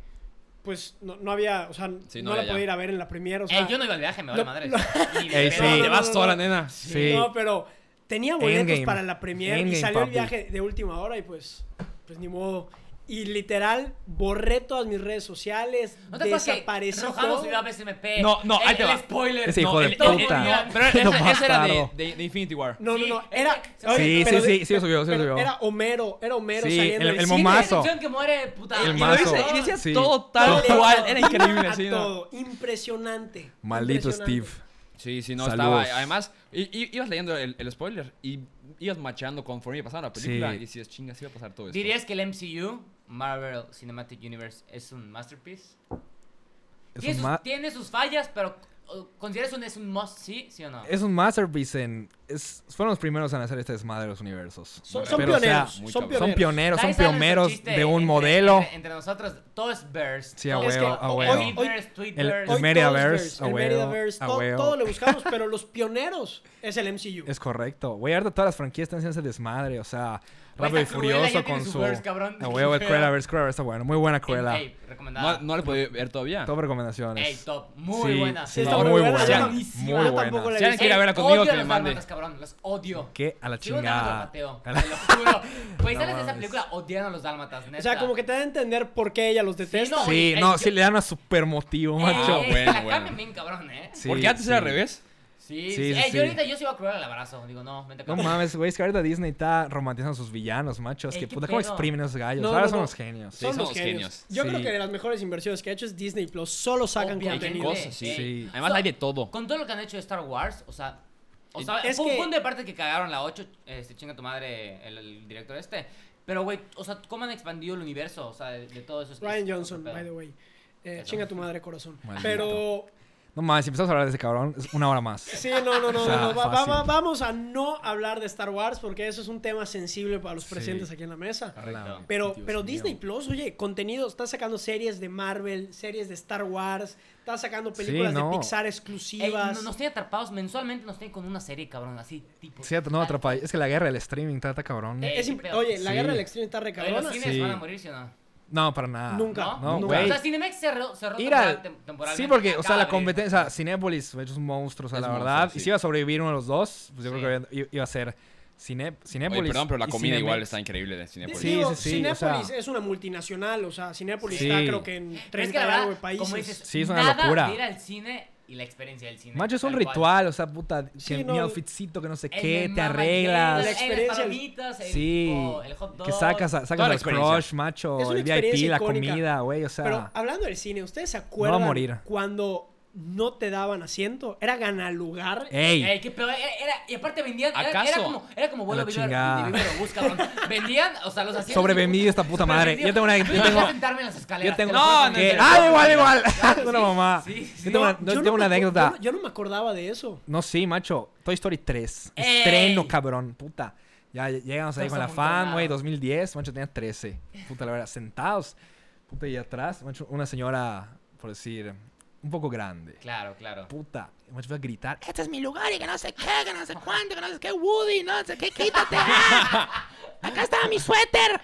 A: pues no, no había, o sea,
C: Sí,
A: no,
C: no
A: la
C: había ya.
A: podía ir a ver en la premiere. O sea,
B: Ey, Eh, yo no iba al viaje, me vale
A: lo-
B: madre.
A: lo-
B: Y de
D: Ey,
B: pedo.
D: sí.
C: Te
A: no,
C: vas
A: no,
C: sola,
A: no.
C: nena.
D: Sí.
A: No, pero tenía boletos
D: Endgame.
A: para la premier y
D: Endgame,
A: salió el
D: papi.
A: viaje de última hora y pues, pues ni modo. Y literal, borré todas mis redes sociales,
B: ¿No te acuerdas que
A: desapareció
B: Rojanos
A: todo.
B: subió a BSMP?
A: Eh,
C: No, no, ahí
B: El-
C: te
B: Eh, el
C: va.
B: spoiler.
D: Ese
B: No,
D: hijo de
B: el- todo
D: puta.
B: genial.
C: Pero esa,
D: No,
C: esa era de,
D: bastardo.
C: de- de Infinity War.
A: No,
B: Sí,
A: no, no,
B: es
A: era...
B: que-
A: oye,
D: Sí, sí,
A: pero
D: sí,
A: de-
D: sí lo subió, sí lo
A: pero
D: subió.
A: Era Homero, era Homero
D: Sí,
A: saliendo
D: el-
A: del
D: el
A: cine.
B: Esa
D: momazo.
B: canción que muere, puta.
D: El
B: Y
C: Y lo
D: mazo.
B: luego-
C: dice- y decía
D: Sí.
C: todo tal
A: Todo,
C: cual. Era
A: a
C: increíble, sí, ¿no?
A: todo, impresionante.
D: Maldito
A: impresionante.
D: Steve.
C: Sí, sí, no
D: Saludos.
C: estaba. Además, i- i- ibas leyendo el, el spoiler y ibas machando conforme pasaba la película
D: Sí.
C: y decías, chinga, sí va a pasar todo esto.
B: ¿Dirías que el MCU, Marvel Cinematic Universe, es un masterpiece?
D: Es
B: tiene,
D: un,
B: sus,
D: ma-
B: tiene sus fallas, pero o, ¿consideras un, es un must, sí, sí o no?
D: es un masterpiece en... es- fueron los primeros en hacer este desmadre de los universos.
A: Son, son
D: Pero, o sea,
A: pioneros,
C: muy
A: son pioneros.
C: cabrón.
D: Son pioneros,
B: Ahí
D: son
B: sale nuestro
D: pioneros
B: chiste
D: de un
B: entre-
D: modelo.
B: Entre, entre nosotros, todo es verse.
D: Sí, a
B: Todo es
A: huevo,
B: como-
A: a
B: o-
A: huevo.
B: Omniverse,
D: El-
B: Twitverse.
A: Hoy
D: Meridaverse,
A: todos verse, el
D: a huevo,
A: Meridaverse,
D: a
A: todo,
D: huevo.
A: todo le buscamos, pero los pioneros es el MCU.
D: Es correcto. Güey, ahorita todas las franquicias están haciendo ese desmadre. O sea, Rápido y
B: esa Cruella ya
D: Furioso
B: tiene
D: con
B: su
D: su...
B: verse, cabrón.
D: A huevo, Cruella vs. Cruella está bueno. Muy buena Cruella.
B: Ey, recomendada.
C: No, no le podía ver todavía.
D: Top
B: Ey,
D: recomendaciones.
B: top. Muy
D: Sí,
B: buena.
D: sí,
A: Está
D: muy
A: muy buena,
D: buena.
B: está
A: buenísima.
D: Muy
A: Yo ah, tampoco
D: buena.
A: la-
C: Si alguien quiere
B: Ey,
C: verla conmigo,
B: odio
C: que
B: a
C: me
B: los
C: mande.
B: dálmatas, cabrón. Los odio.
D: ¿Qué?
B: Odio a
D: A la
B: los
D: chingada.
B: Mateo,
D: A la-
B: te lo juro. Güey,
D: No
B: sales de esa
D: mames.
B: película odiando a los dálmatas, neta.
A: O sea, como que te da a entender por qué ella los detesta.
B: no,
D: Sí,
B: Ey,
D: no,
B: yo-
D: sí le dan a super motivo,
B: Ey,
D: macho.
B: ey,
C: Bueno,
B: Eh, La
C: bueno.
B: cambian bien, cabrón, ¿eh?
D: Sí,
C: Porque antes
D: sí.
C: era al revés.
B: Sí,
D: Sí,
B: sí.
D: sí,
B: Ey,
D: sí.
B: yo ahorita yo sí iba a cruel al abrazo. Digo, no, vente acá.
D: No mames, güey, es que ahorita Disney está romantizando a sus villanos, macho. Es
B: Ey,
D: que
B: qué
D: puta, ¿cómo
B: pedo?
D: exprimen a esos gallos?
A: No,
D: Ahora
A: no,
D: son
A: no.
D: los genios.
C: Sí, son los genios.
A: Yo creo
D: Sí.
A: que de las mejores inversiones que ha hecho es Disney Plus. Solo sacan
B: Obviamente.
A: contenido.
B: Cosas.
C: Cosas, sí.
D: Sí.
C: Además,
B: So-
C: hay de todo.
B: Con todo lo que han hecho de Star Wars, o sea. O sea,
A: Es
B: fue un
A: que-
B: punto de parte que cagaron la 8. Este, chinga tu madre, el, el director este. Pero, güey, o sea, ¿cómo han expandido el universo? O sea, de, de todo eso. es-
A: Ryan
B: es-
A: Johnson,
B: pedo.
A: by the way. Eh,
B: Eso.
A: chinga tu madre, corazón.
D: Maldito.
A: Pero.
D: No mames, si empezamos a hablar de ese cabrón, es una hora más.
A: Sí, no, no, no.
D: O sea,
A: no, no. Va- va-
D: fácil.
A: va- vamos a no hablar de Star Wars porque eso es un tema sensible para los
D: Sí. Ah,
A: presentes aquí en la mesa.
B: Correcto.
A: Pero,
D: Dios
A: pero
D: mío.
A: Disney Plus, oye, contenido, está sacando series de Marvel, series de Star Wars, está sacando películas
D: no.
A: de Pixar
B: Ey,
A: exclusivas.
B: no- nos tiene atrapados mensualmente, nos tiene con una serie, cabrón, así tipo.
D: Sí, no atrapa. Es que la guerra del streaming está está cabrón.
B: Ey,
A: Es
B: qué
A: imp-
B: pedo.
A: oye, la
D: Sí.
A: guerra del extremo está
B: Oye, ¿Los
A: recabona.
B: cines
D: Sí.
B: van a morirse o no?
D: No, para nada.
A: Nunca.
D: No,
A: nunca.
D: güey.
B: O sea, Cinemex cerró, cerró
D: Ir al-
B: temporal- tem- temporalmente.
D: Sí, porque, o sea,
B: Acaba de
D: la
B: abrir.
D: competencia, o sea, Cinépolis güey, es un monstruo, o sea,
C: Es
D: la
C: un
D: verdad.
C: monstruo,
D: Y
C: sí.
D: si iba a sobrevivir uno de los dos, pues yo
B: Sí.
D: creo que iba- iba a ser Cine,
C: Oye,
D: Cinépolis.
C: perdón, pero la
D: y
C: comida igual
D: Cinemex.
C: está increíble de Cinepolis.
D: Sí,
A: Digo,
D: sí, sí, o
A: Cinépolis
D: sea-
A: es una multinacional, o sea, Cinépolis
D: Sí.
A: está creo que en
B: Pero
A: 30
B: es que la
A: y
B: verdad,
A: algo de países.
B: como dices,
D: Sí, es una
B: nada
D: locura.
B: de ir al cine y la experiencia del cine.
D: Macho, es un
B: tal cual.
D: ritual, o sea, puta,
A: Sí,
D: que
A: no.
D: mi outfitcito, que no sé
B: Ey,
D: qué,
B: me
D: te
B: mama
A: La
B: que-
D: arreglas.
B: ey, las
A: experiencia-
B: palomitas, el,
D: Sí,
B: tipo, el hot dog.
D: que sacas, a- sacas
C: Toda la
D: al
C: experiencia.
D: crush, macho,
A: Es una
D: el VIP,
A: experiencia
D: la
A: icónica.
D: comida, güey, o sea,
A: Pero hablando del cine, ¿ustedes se acuerdan
D: morir. Eh,
A: cuando no te daban asiento? Era ganalugar.
D: ey,
B: Ey, qué pedo, era, era- y aparte vendían, era, era
C: ¿Acaso?
B: como, era como
D: A
B: vuelo
D: la
B: video,
D: chingada.
B: lo busca, cabrón. vendían, o sea, los hacían.
D: Sobrevendido esta puta madre. Yo tengo una- yo
B: quería
D: tengo-
B: sentarme en las escaleras.
D: yo tengo,
B: te lo juro,
C: no,
D: que-
B: te lo
D: ah,
B: juro.
D: igual, igual,
B: Claro,
D: una
B: sí,
D: mamá.
B: sí, sí.
D: Yo tengo una,
A: No,
D: yo
A: yo
D: tengo
A: no
D: una
A: me acu- Yo
D: anécdota.
A: no, yo no me acordaba de eso.
D: No, sí, macho. Toy Story 3.
B: ¡Ey!
D: Estreno, cabrón. Puta. Ya ya llegamos ahí
B: Todos
D: con la fan,
B: amontonados.
D: güey. 2010, macho, tenía 13. Puta, la verdad. Sentados. Puta, y atrás, macho, una señora, por decir, un poco grande.
B: Claro, claro.
D: Puta. Macho, fue a gritar. Este es mi lugar y que no sé qué, que no sé cuánto, que no sé qué, Woody, no sé qué, quítate. ¡Ah! Acá estaba mi suéter.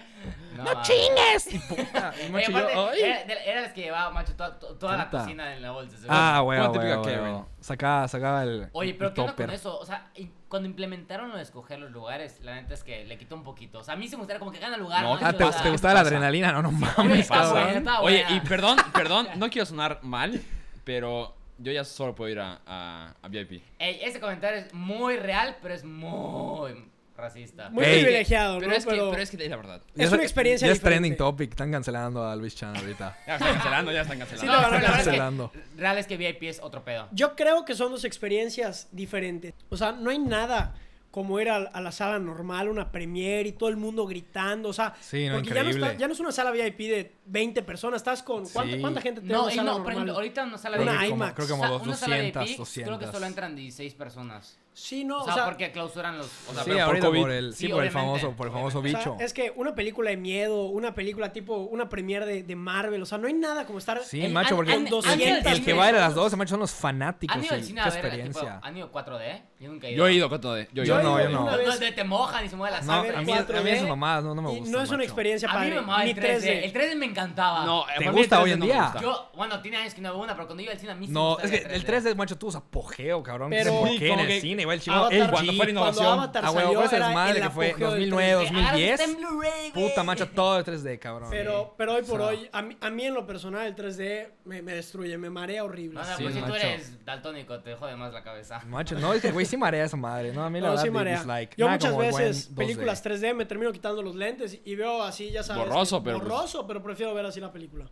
B: No,
D: No
C: Ah.
B: mames.
D: chingues. Y puta, y
B: Oye,
D: macho,
B: aparte,
D: yo, oh, "Ay".
B: era, de- era las que llevaba, macho, to- to- toda la
D: Puta.
B: cocina en la bolsa. seguro.
D: Ah, güey,
C: Una
D: güey,
C: típica
D: güey,
C: Karen.
D: güey. Sacaba, sacaba el
B: Oye, pero
D: el
B: ¿qué onda con
D: topper.
B: eso? O sea, y cuando implementaron lo de escoger los lugares, la neta es que le quitó un poquito. O sea, a mí se me gustaría como que gana lugar.
C: No,
D: Ah,
B: macho,
D: ¿te,
B: o sea,
D: te gustaba la
C: pasa?
D: adrenalina? No, no
B: Oye,
D: mames,
B: está
D: cabrón.
B: buena, está
C: Oye,
B: buena.
C: y perdón, perdón, no quiero sonar mal, pero yo ya solo puedo ir a, a, a VIP.
B: Ey, ese comentario es muy real, pero es muy racista.
A: Muy
D: Ey.
A: privilegiado,
C: Pero
A: ¿no?
C: es, que,
A: Pero-
C: pero es que es la verdad.
A: Es
D: Ya
A: una experiencia
D: Ya es
A: diferente.
D: trending topic. Están cancelando a Luis Chan ahorita.
C: Ya están cancelando, ya están
A: Sí,
C: cancelando.
A: la
B: No, no,
A: verdad
B: la verdad
A: es que-
D: cancelando.
B: es que real es que VIP es otro pedo.
A: Yo creo que son dos experiencias diferentes. O sea, no hay nada como ir a, a la sala normal, una premiere y todo el mundo gritando. O sea,
D: Sí, no,
A: porque ya no,
D: increíble.
A: está- ya no es una sala VIP de 20 personas. Estás con. ¿Cuánta,
D: Sí.
A: cuánta gente te da
B: No,
A: una
B: y
A: sala
B: no, por
A: normal?
B: ejemplo, ahorita no sale
A: Una
D: Creo que como-
A: IMAX.
D: Creo que como dos-
B: una sala
D: 200,
B: VIP, creo que
D: 200.
B: solo entran 16 personas.
A: Sí, no.
B: O sea, porque clausuran los... O sea,
D: sí,
C: pero por
D: ahorita
C: COVID.
D: por el, sí,
B: Sí,
D: por el
B: obviamente,
D: famoso, por el famoso
A: o sea,
D: bicho.
A: es que una película de miedo, una película tipo, una premiere de, de Marvel, o sea, no hay nada como estar
D: Sí,
B: Ey,
D: macho,
B: han-
D: porque
B: han-
D: el-
A: han ido
D: el,
A: al
D: el
A: cine.
D: que va a ir a las 12, macho, son los fanáticos.
B: ¿Han ido al
D: sí,
B: cine
D: qué
B: a ver? tipo,
D: experiencia.
B: ¿Han ido 4D? Yo nunca he ido.
C: Yo he ido, cuánto de. Yo, he
D: Yo
C: ido.
D: no, yo no.
A: una
B: No,
A: vez-
B: no, te- te mojan y se mueve la
D: No,
B: sangre.
D: a mí, a mí
A: 4D,
D: esas mamadas no, no me
A: y
D: gustan.
A: ¿eh? no es una
D: macho.
A: experiencia
B: A mí
A: padre,
B: me mamaba
A: ni
B: el 3D.
A: 3D.
B: El 3D me encantaba.
C: No,
D: Ah, ¿Te
C: para mí el
D: gusta hoy
C: 3D
D: en
C: no me
D: día?
C: gusta.
B: Yo, bueno, tiene años que no veo una, pero cuando iba al cine a mí sí
D: No,
B: me
D: es
B: gustaba
D: que
B: ir a
D: el 3D, macho, tuvo su apogeo, cabrón.
A: Pero-
D: Pero, ¿Por
C: Sí,
D: qué en
C: como
D: el
C: que
D: cine? Igual el chivo.
A: Avatar,
D: Ah, El
C: cuando fue la innovación.
A: Cuando Avatar
D: Ah,
A: salió,
D: huevón, esa
A: era
D: madre
A: el
D: que fue
A: apogeo del
D: 2009,
A: 3D.
D: 2010.
B: Ahora está en Blu-ray, güey.
D: Puta, macho, todo de 3D, cabrón.
A: Pero, pero hoy por
D: O sea.
A: hoy, a mí, a mí en lo personal, el 3D me, me destruye, me marea horrible.
B: No, no,
D: Sí,
B: pues si tú
D: macho. Ah,
B: eres daltónico, te jode más la cabeza.
D: Macho, no, es que, güey, sí marea esa madre. No, a mí la
A: No,
D: verdad,
A: sí
D: sí
A: marea.
D: dislike.
A: Yo
D: Nada
A: muchas
D: como el buen
A: veces
D: 2D.
A: películas 3D me termino quitando los lentes y veo así, ya sabes.
C: Borroso,
A: que-
C: pero pues-
A: Borroso, pero prefiero ver así la película.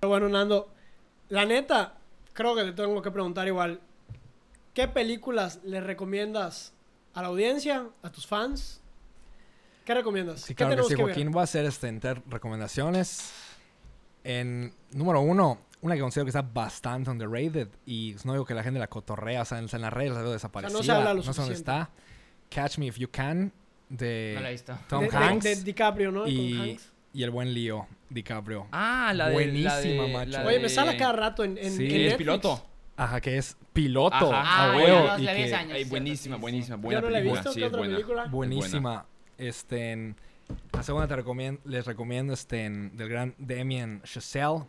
A: Pero bueno, Nando, la neta, creo que te tengo que preguntar igual. ¿Qué películas le recomiendas a la audiencia, a tus fans? ¿Qué recomiendas?
D: Sí,
A: ¿Qué
D: claro que
A: tenemos
D: sí,
A: que ver?
D: Joaquín. Voy a hacer este, entrar recomendaciones. En número uno, una que considero que está bastante underrated y no digo que la gente la cotorrea, o sea, en, en las redes la veo desaparecida.
A: habla lo
D: no sé dónde está.
A: suficiente.
D: Catch Me If You Can de
B: No la he visto.
D: Tom
A: De- de-
D: Hanks
A: de DiCaprio, ¿no? Con
D: y,
A: Hanks.
D: y el buen Leo DiCaprio.
C: Ah, la de. la de-
D: Buenísima,
C: la
D: macho.
C: de-
A: Oye, me sale cada rato en, en,
D: Sí,
A: en
C: Que es
A: Netflix.
C: piloto.
D: Ajá, que es piloto.
C: Ajá.
D: a
B: Ah,
D: huevo,
B: ya, no,
D: y
B: la vi
D: que-
B: hace años.
C: Ey, buenísima, buenísima,
A: Yo
C: buena
A: no la he
C: película.
A: visto.
C: Sí,
A: ¿Qué
C: es
A: otra
C: buena.
A: película?
D: Buenísima. Este, en- la segunda te recomien- les recomiendo este, en- del gran Damien Chazelle.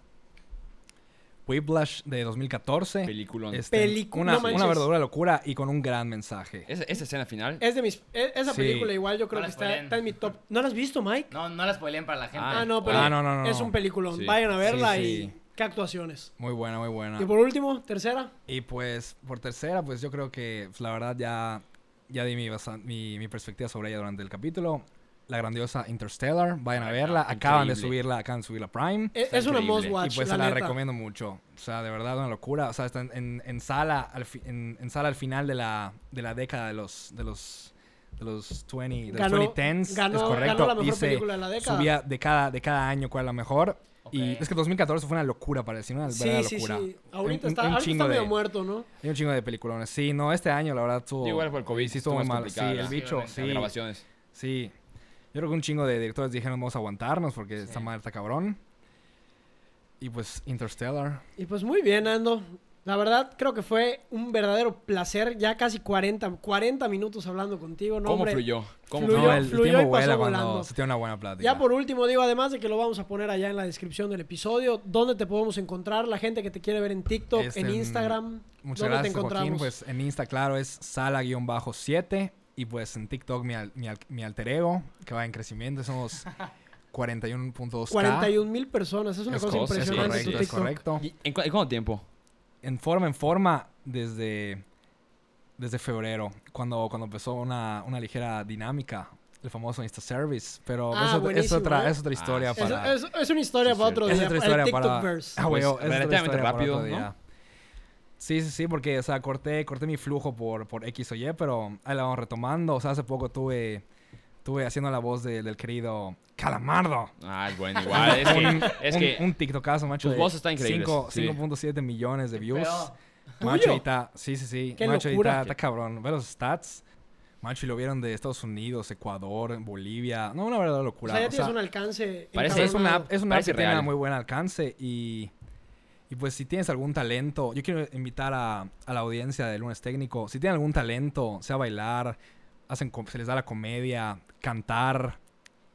D: Whiplash de
C: Eh,
D: 2014.
C: Película.
D: Este,
A: Pelicu-
D: una,
A: no
D: una
A: manches.
D: verdadera locura y con un gran mensaje.
C: Esa, esa escena final.
A: Es de mis. e- Esa
D: Sí.
A: película igual yo creo
B: No
A: que
B: la
A: está,
B: spoileen.
A: está en mi top. ¿No la has visto, Mike?
B: No, no la spoileen para la gente.
C: Ah,
A: Ah, no, pero.
D: Ah, no, no, no,
A: Es
D: no.
A: un peliculón.
C: Sí.
A: Vayan a verla
D: Sí,
A: y.
D: sí.
A: Qué actuaciones.
D: Muy buena, muy buena.
A: Y por último, tercera.
D: Y pues, por tercera, pues yo creo que pues, la verdad ya, ya di mi, basa- mi, mi perspectiva sobre ella durante el capítulo. La grandiosa Interstellar, vayan a
C: Ah,
D: verla. Acaban de
C: increíble.
D: subirla, acaban de subirla a Prime.
A: E- Es,
C: Está
A: una
C: increíble.
A: must watch.
D: y pues
A: la,
D: se la
A: neta.
D: recomiendo mucho. O sea, de verdad, una locura. O sea, está en, en- en sala, al fi- en, en sala al final de la, de la década de los, de los, de los 20, de
A: Ganó-
D: los 2010.
A: ganó-
D: es
A: ganó
D: correcto.
A: la mejor
D: y se
A: película de la década.
D: subía de cada, de cada año cuál es la mejor. Y
B: Ok.
D: es que 2014 fue una locura para el cine, una
A: Sí,
D: verdadera
A: sí,
D: locura.
A: sí. Ahorita
D: Un-
A: está,
D: un
A: ahorita
D: chingo
A: está medio
D: de-
A: muerto, ¿no?
D: hay un chingo de peliculones. Sí, no, este año la verdad estuvo...
C: Igual por el COVID.
D: Sí, estuvo muy
C: más
D: mal. Sí,
C: complicada
D: el
C: la-
D: bicho,
B: Sí,
D: sí.
C: Las grabaciones.
D: Sí. Yo creo que un chingo de directores dijeron vamos a aguantarnos porque
B: Sí.
D: esta madre está cabrón. Y pues Interstellar.
A: Y pues muy bien, Ando. La verdad, creo que fue un verdadero placer. Ya casi 40, 40 minutos hablando contigo, ¿no?
C: ¿Cómo
A: hombre?
C: fluyó? ¿Cómo
A: Fluyó,
D: no, el, el
A: fluyó y pasó
D: tiempo vuela cuando
A: volando.
D: se tiene una buena plática.
A: Ya por último, digo, además de que lo vamos a poner allá en la descripción del episodio, ¿dónde te podemos encontrar? La gente que te quiere ver en TikTok,
D: Este,
A: en Instagram,
D: Muchas
A: ¿dónde
D: gracias,
A: te encontramos?
D: Joaquín. Pues en Insta, claro, es sala-7. Y pues en TikTok mi, al- mi, al- mi alter ego, que va en crecimiento. Somos 41.2k.
A: 41 mil personas, es una
D: Es
A: cosa
C: cosa, es
A: impresionante tu
D: correcto, es
A: TikTok.
D: correcto.
C: ¿Y en, cu- en cuánto tiempo?
D: en forma, en forma, desde, desde febrero, cuando, cuando empezó una, una ligera dinámica, el famoso Insta Service. Pero
A: Ah,
D: eso- es,
A: buenísimo,
D: otra,
A: ¿eh?
D: es otra historia
C: Ah, sí.
A: Es,
D: para...
A: es- es una historia
C: Sí,
A: para
C: sí.
A: otro
D: es
A: día,
D: otra
A: el
D: historia para...
A: TikTokverse.
D: Ah, huevo,
C: Pues,
D: es otra
C: relativamente
D: historia para otro
C: rápido, ¿no?
D: día. Sí, sí, sí, porque, o sea, corté, corté mi flujo por, por X o Y, pero ahí la vamos retomando. O sea, hace poco tuve, tuve haciendo la voz de- del querido Calamardo.
C: Ah, es bueno, igual. Es
D: un,
C: que. Es
D: un,
C: que
D: un TikTokazo, macho.
C: tus
D: de
C: voces están increíbles,
D: cinco-
C: sí.
D: 5.7 millones de views.
B: Pero-
D: Macho
A: ¿Tuyo?
D: ahorita, sí, sí, sí.
A: Qué
D: Macho
A: locura.
D: ahorita está cabrón. Ve los stats. Macho y lo vieron de Estados Unidos, Ecuador, Bolivia. No, una verdadera
A: O
D: locura.
A: sea, ya
D: O
A: tienes
D: sea,
A: un alcance
C: parece-
D: es una
A: encabronado.
D: app, es una app
C: Parece
D: que tiene
C: real.
D: muy buen alcance y, y pues si tienes algún talento, yo quiero invitar a, a la audiencia de Lunes Técnico, si tienen algún talento, sea bailar, hacen com- se les da la comedia, cantar,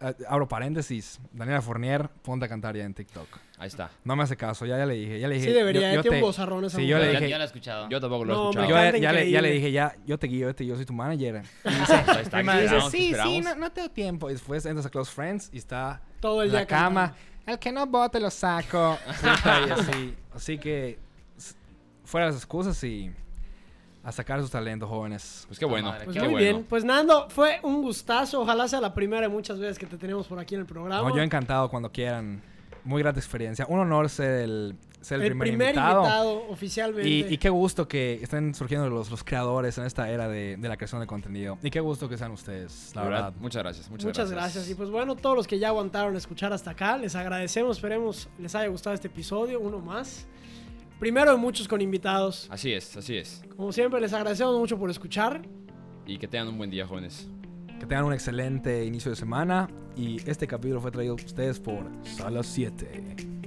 D: eh, abro paréntesis, Daniela Fournier, ponte a cantar ya en TikTok.
C: Ahí está.
D: No me hace caso, ya, ya le dije, ya le dije.
A: Sí, debería,
D: yo- yo
A: tiene
D: te-
A: un vozarrón esa
D: sí,
B: Yo,
D: yo
A: mujer.
D: le
B: la-
D: dije-
B: yo la he escuchado.
C: Yo tampoco lo he
A: No, hombre,
C: escuchado.
D: yo,
A: Canta
D: ya, le, ya le
A: increíble.
D: dije, ya, yo te guío, yo, te, yo soy tu manager.
C: Ahí está,
B: Prima,
C: esperamos,
D: sí, sí,
C: esperamos.
D: no, no te doy tiempo. Y después entras a Close Friends y está
A: Todo el
D: en la
A: día
D: cama.
A: cantando.
D: El que no bote lo saco. Puta, y así. Así que, s- fuera las excusas y a sacar sus talentos, jóvenes.
C: Pues qué bueno.
B: madre,
A: Pues
C: qué
A: muy
C: bueno.
A: bien. Pues Nando, fue un gustazo. Ojalá sea la primera de muchas veces que te tenemos por aquí en el programa.
D: No, yo encantado cuando quieran. Muy grata experiencia. Un honor ser el, ser el,
A: el
D: primer, invitado.
A: oficialmente.
D: Y, y qué gusto que estén surgiendo los, los creadores en esta era de, de la creación de contenido. Y qué gusto que sean ustedes, la
C: La verdad,
D: verdad.
C: muchas gracias. Muchas,
A: Muchas gracias.
C: gracias.
A: Y pues bueno, todos los que ya aguantaron escuchar hasta acá, les agradecemos. Esperemos les haya gustado este episodio, uno más. Primero de muchos con invitados.
C: Así es, así es.
A: Como siempre, les agradecemos mucho por escuchar.
C: Y que tengan un buen día, jóvenes.
D: Que tengan un excelente inicio de semana. Y este capítulo fue traído a ustedes por Sala 7.